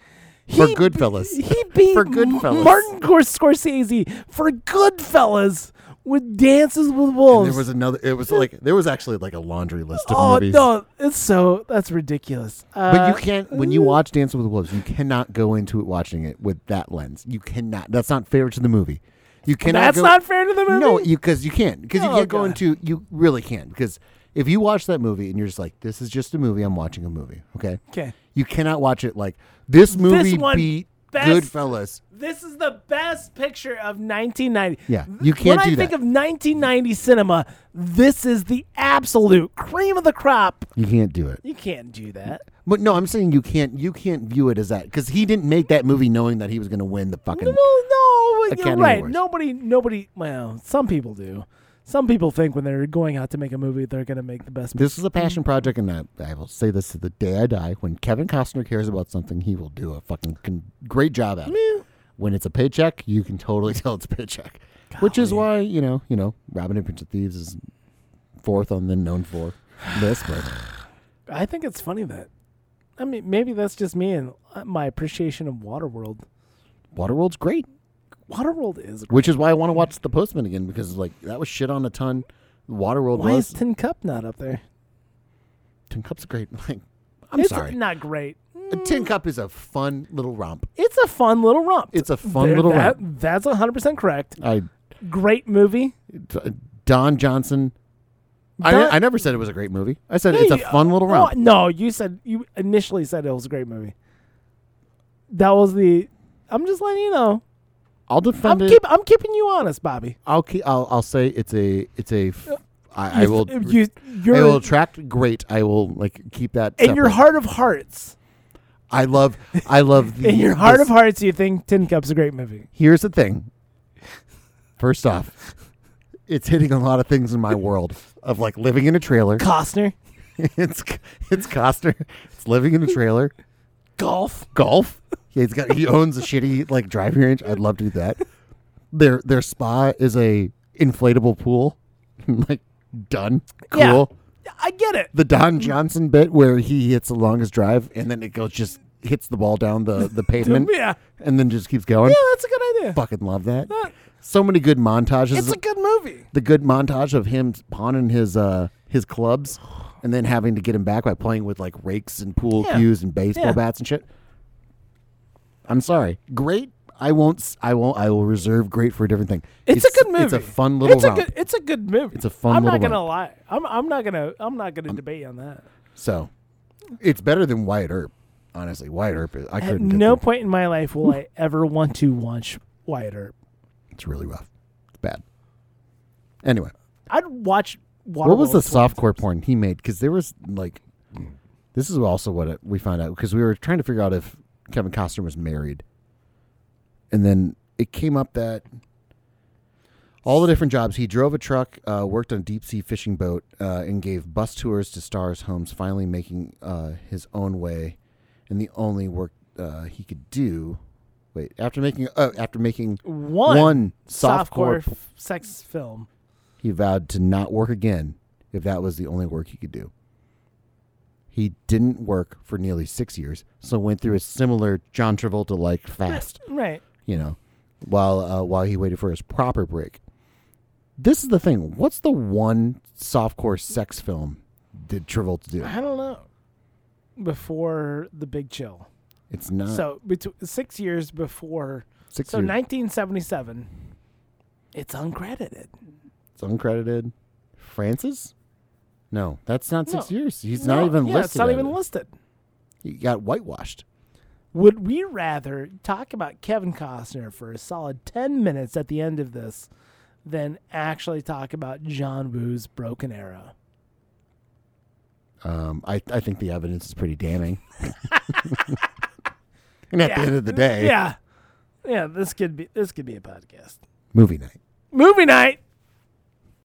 For
He-
Goodfellas.
He beat
For
for
Goodfellas.
Goodfellas. Martin Cor- Scorsese for Goodfellas with Dances with
and
Wolves.
there was another it was like there was actually like a laundry list of
oh
movies
no, it's so that's ridiculous. Uh,
but you can't when you watch Dances with Wolves, you cannot go into it watching it with that lens. You cannot. That's not fair to the movie. You cannot.
That's
go-
not fair to the movie.
No, you because you can't because you
Oh,
can't go
God.
into you really can't because if you watch that movie and you're just like this is just a movie I'm watching a movie okay
Okay.
you cannot watch it like this movie
one
beat
best-
Goodfellas
This is the best picture of 1990.
Yeah, you
when
can't
I
do
think
that.
of 1990 cinema, this is the absolute cream of the crop.
you can't do it
You can't do that.
but no I'm saying you can't you can't view it as that because he didn't make that movie knowing that he was gonna win the fucking
Well, no, you're
Academy
right.
Awards.
Nobody, nobody. Well, some people do. Some people think when they're going out to make a movie, they're going to make the best.
this is a passion project and I, I will say this to the day I die when Kevin Costner cares about something he will do a fucking con- great job at it
movie.
When it's a paycheck, you can totally <laughs> tell it's a paycheck, which is
Golly.
why you know you know Robin Hood Prince of Thieves is fourth on the
<sighs>
known for list, but
I think it's funny that. I mean, maybe that's just me and uh, my appreciation of Waterworld.
Waterworld's great,
Waterworld is.
which is why I want to watch The Postman again because like that was shit on a ton. Waterworld
Why
was
is Tin Cup not up there?
Tin Cup's great. <laughs> Like, I'm
it's
sorry,
not great.
a Tin Cup is a fun little romp.
It's a fun little romp.
It's a fun
There-
little
that,
romp.
That's 100% correct.
I
Great movie.
Don Johnson.
Don-
I, I never said it was a great movie. I said
Hey,
it's a fun little
No,
romp.
no, you said you initially said it was a great movie. That was the. I'm just letting you know.
I'll
I'm,
defend it.
keep, I'm keeping you honest, Bobby.
I'll keep. I'll, I'll say it's a. It's a. f- I,
Uh,
I
You-
will.
You, you're,
I will attract great. I will like keep that.
in your
separate.
heart of hearts,
I love. I love.
<laughs>
The,
in your heart
this-
of hearts, you think Tin Cup's a great movie.
Here's the thing. First off, it's hitting a lot of things in my world of like living in a trailer.
Costner,
<laughs> it's it's Costner. It's living in a trailer.
golf.
golf. Yeah, he's got he owns a shitty like driving range. I'd love to do that. Their their spa is a inflatable pool. <laughs> like done. Cool.
Yeah. I get it.
The Don Johnson bit where he hits the longest drive and then it goes just hits the ball down the,
<laughs>
the pavement
Yeah,
and then just keeps going.
yeah, that's a good idea.
Fucking love that.
That-
So many good montages.
it's a good movie.
the good montage of him pawning his uh his clubs and then having to get him back by playing with like rakes and pool
Yeah.
cues and baseball
Yeah.
bats and shit. I'm sorry. Great. I won't. s- I won't. I will reserve great for a different thing.
It's, a good movie.
It's a fun little
It's a
romp.
good. It's a good movie.
It's a fun
I'm
little
not gonna lie. I'm. I'm not gonna. I'm not gonna debate you on that.
so, it's better than Wyatt Earp. Honestly, Wyatt Earp. Is, I
At
couldn't. get
no
through.
point in my life will I ever want to watch Wyatt Earp.
It's really rough. It's bad. Anyway,
I'd watch. Waterworld
what was the
twice.
softcore porn he made? Because there was like, this is also what it, we found out because we were trying to figure out if Kevin Costner was married, and then it came up that all the different jobs he drove a truck, uh, worked on a deep sea fishing boat, uh, and gave bus tours to stars' homes, finally making uh, his own way, and the only work uh, he could do. Wait, after making oh, after making
one,
one
softcore
softcore
f- sex film?
he vowed to not work again if that was the only work he could do. He didn't work for nearly six years, so went through a similar John Travolta like fast,
Right.
you know, while uh, while he waited for his proper break. This is the thing. What's the one softcore sex film did Travolta do?
I don't know. Before the Big Chill,
It's not
so between six years before,
six
so
years.
1977. It's uncredited.
it's uncredited. Francis? No, that's not six
No.
years. He's
No,
not even
yeah,
listed.
It's not
on
even
it.
listed.
He got whitewashed.
Would we rather talk about Kevin Costner for a solid 10 minutes at the end of this than actually talk about John Woo's Broken Arrow?
Um, I, I think the evidence is pretty
<laughs>
damning. and at
Yeah.
the end of the day,
Yeah. Yeah, this could be this could be a podcast.
movie night.
Movie night.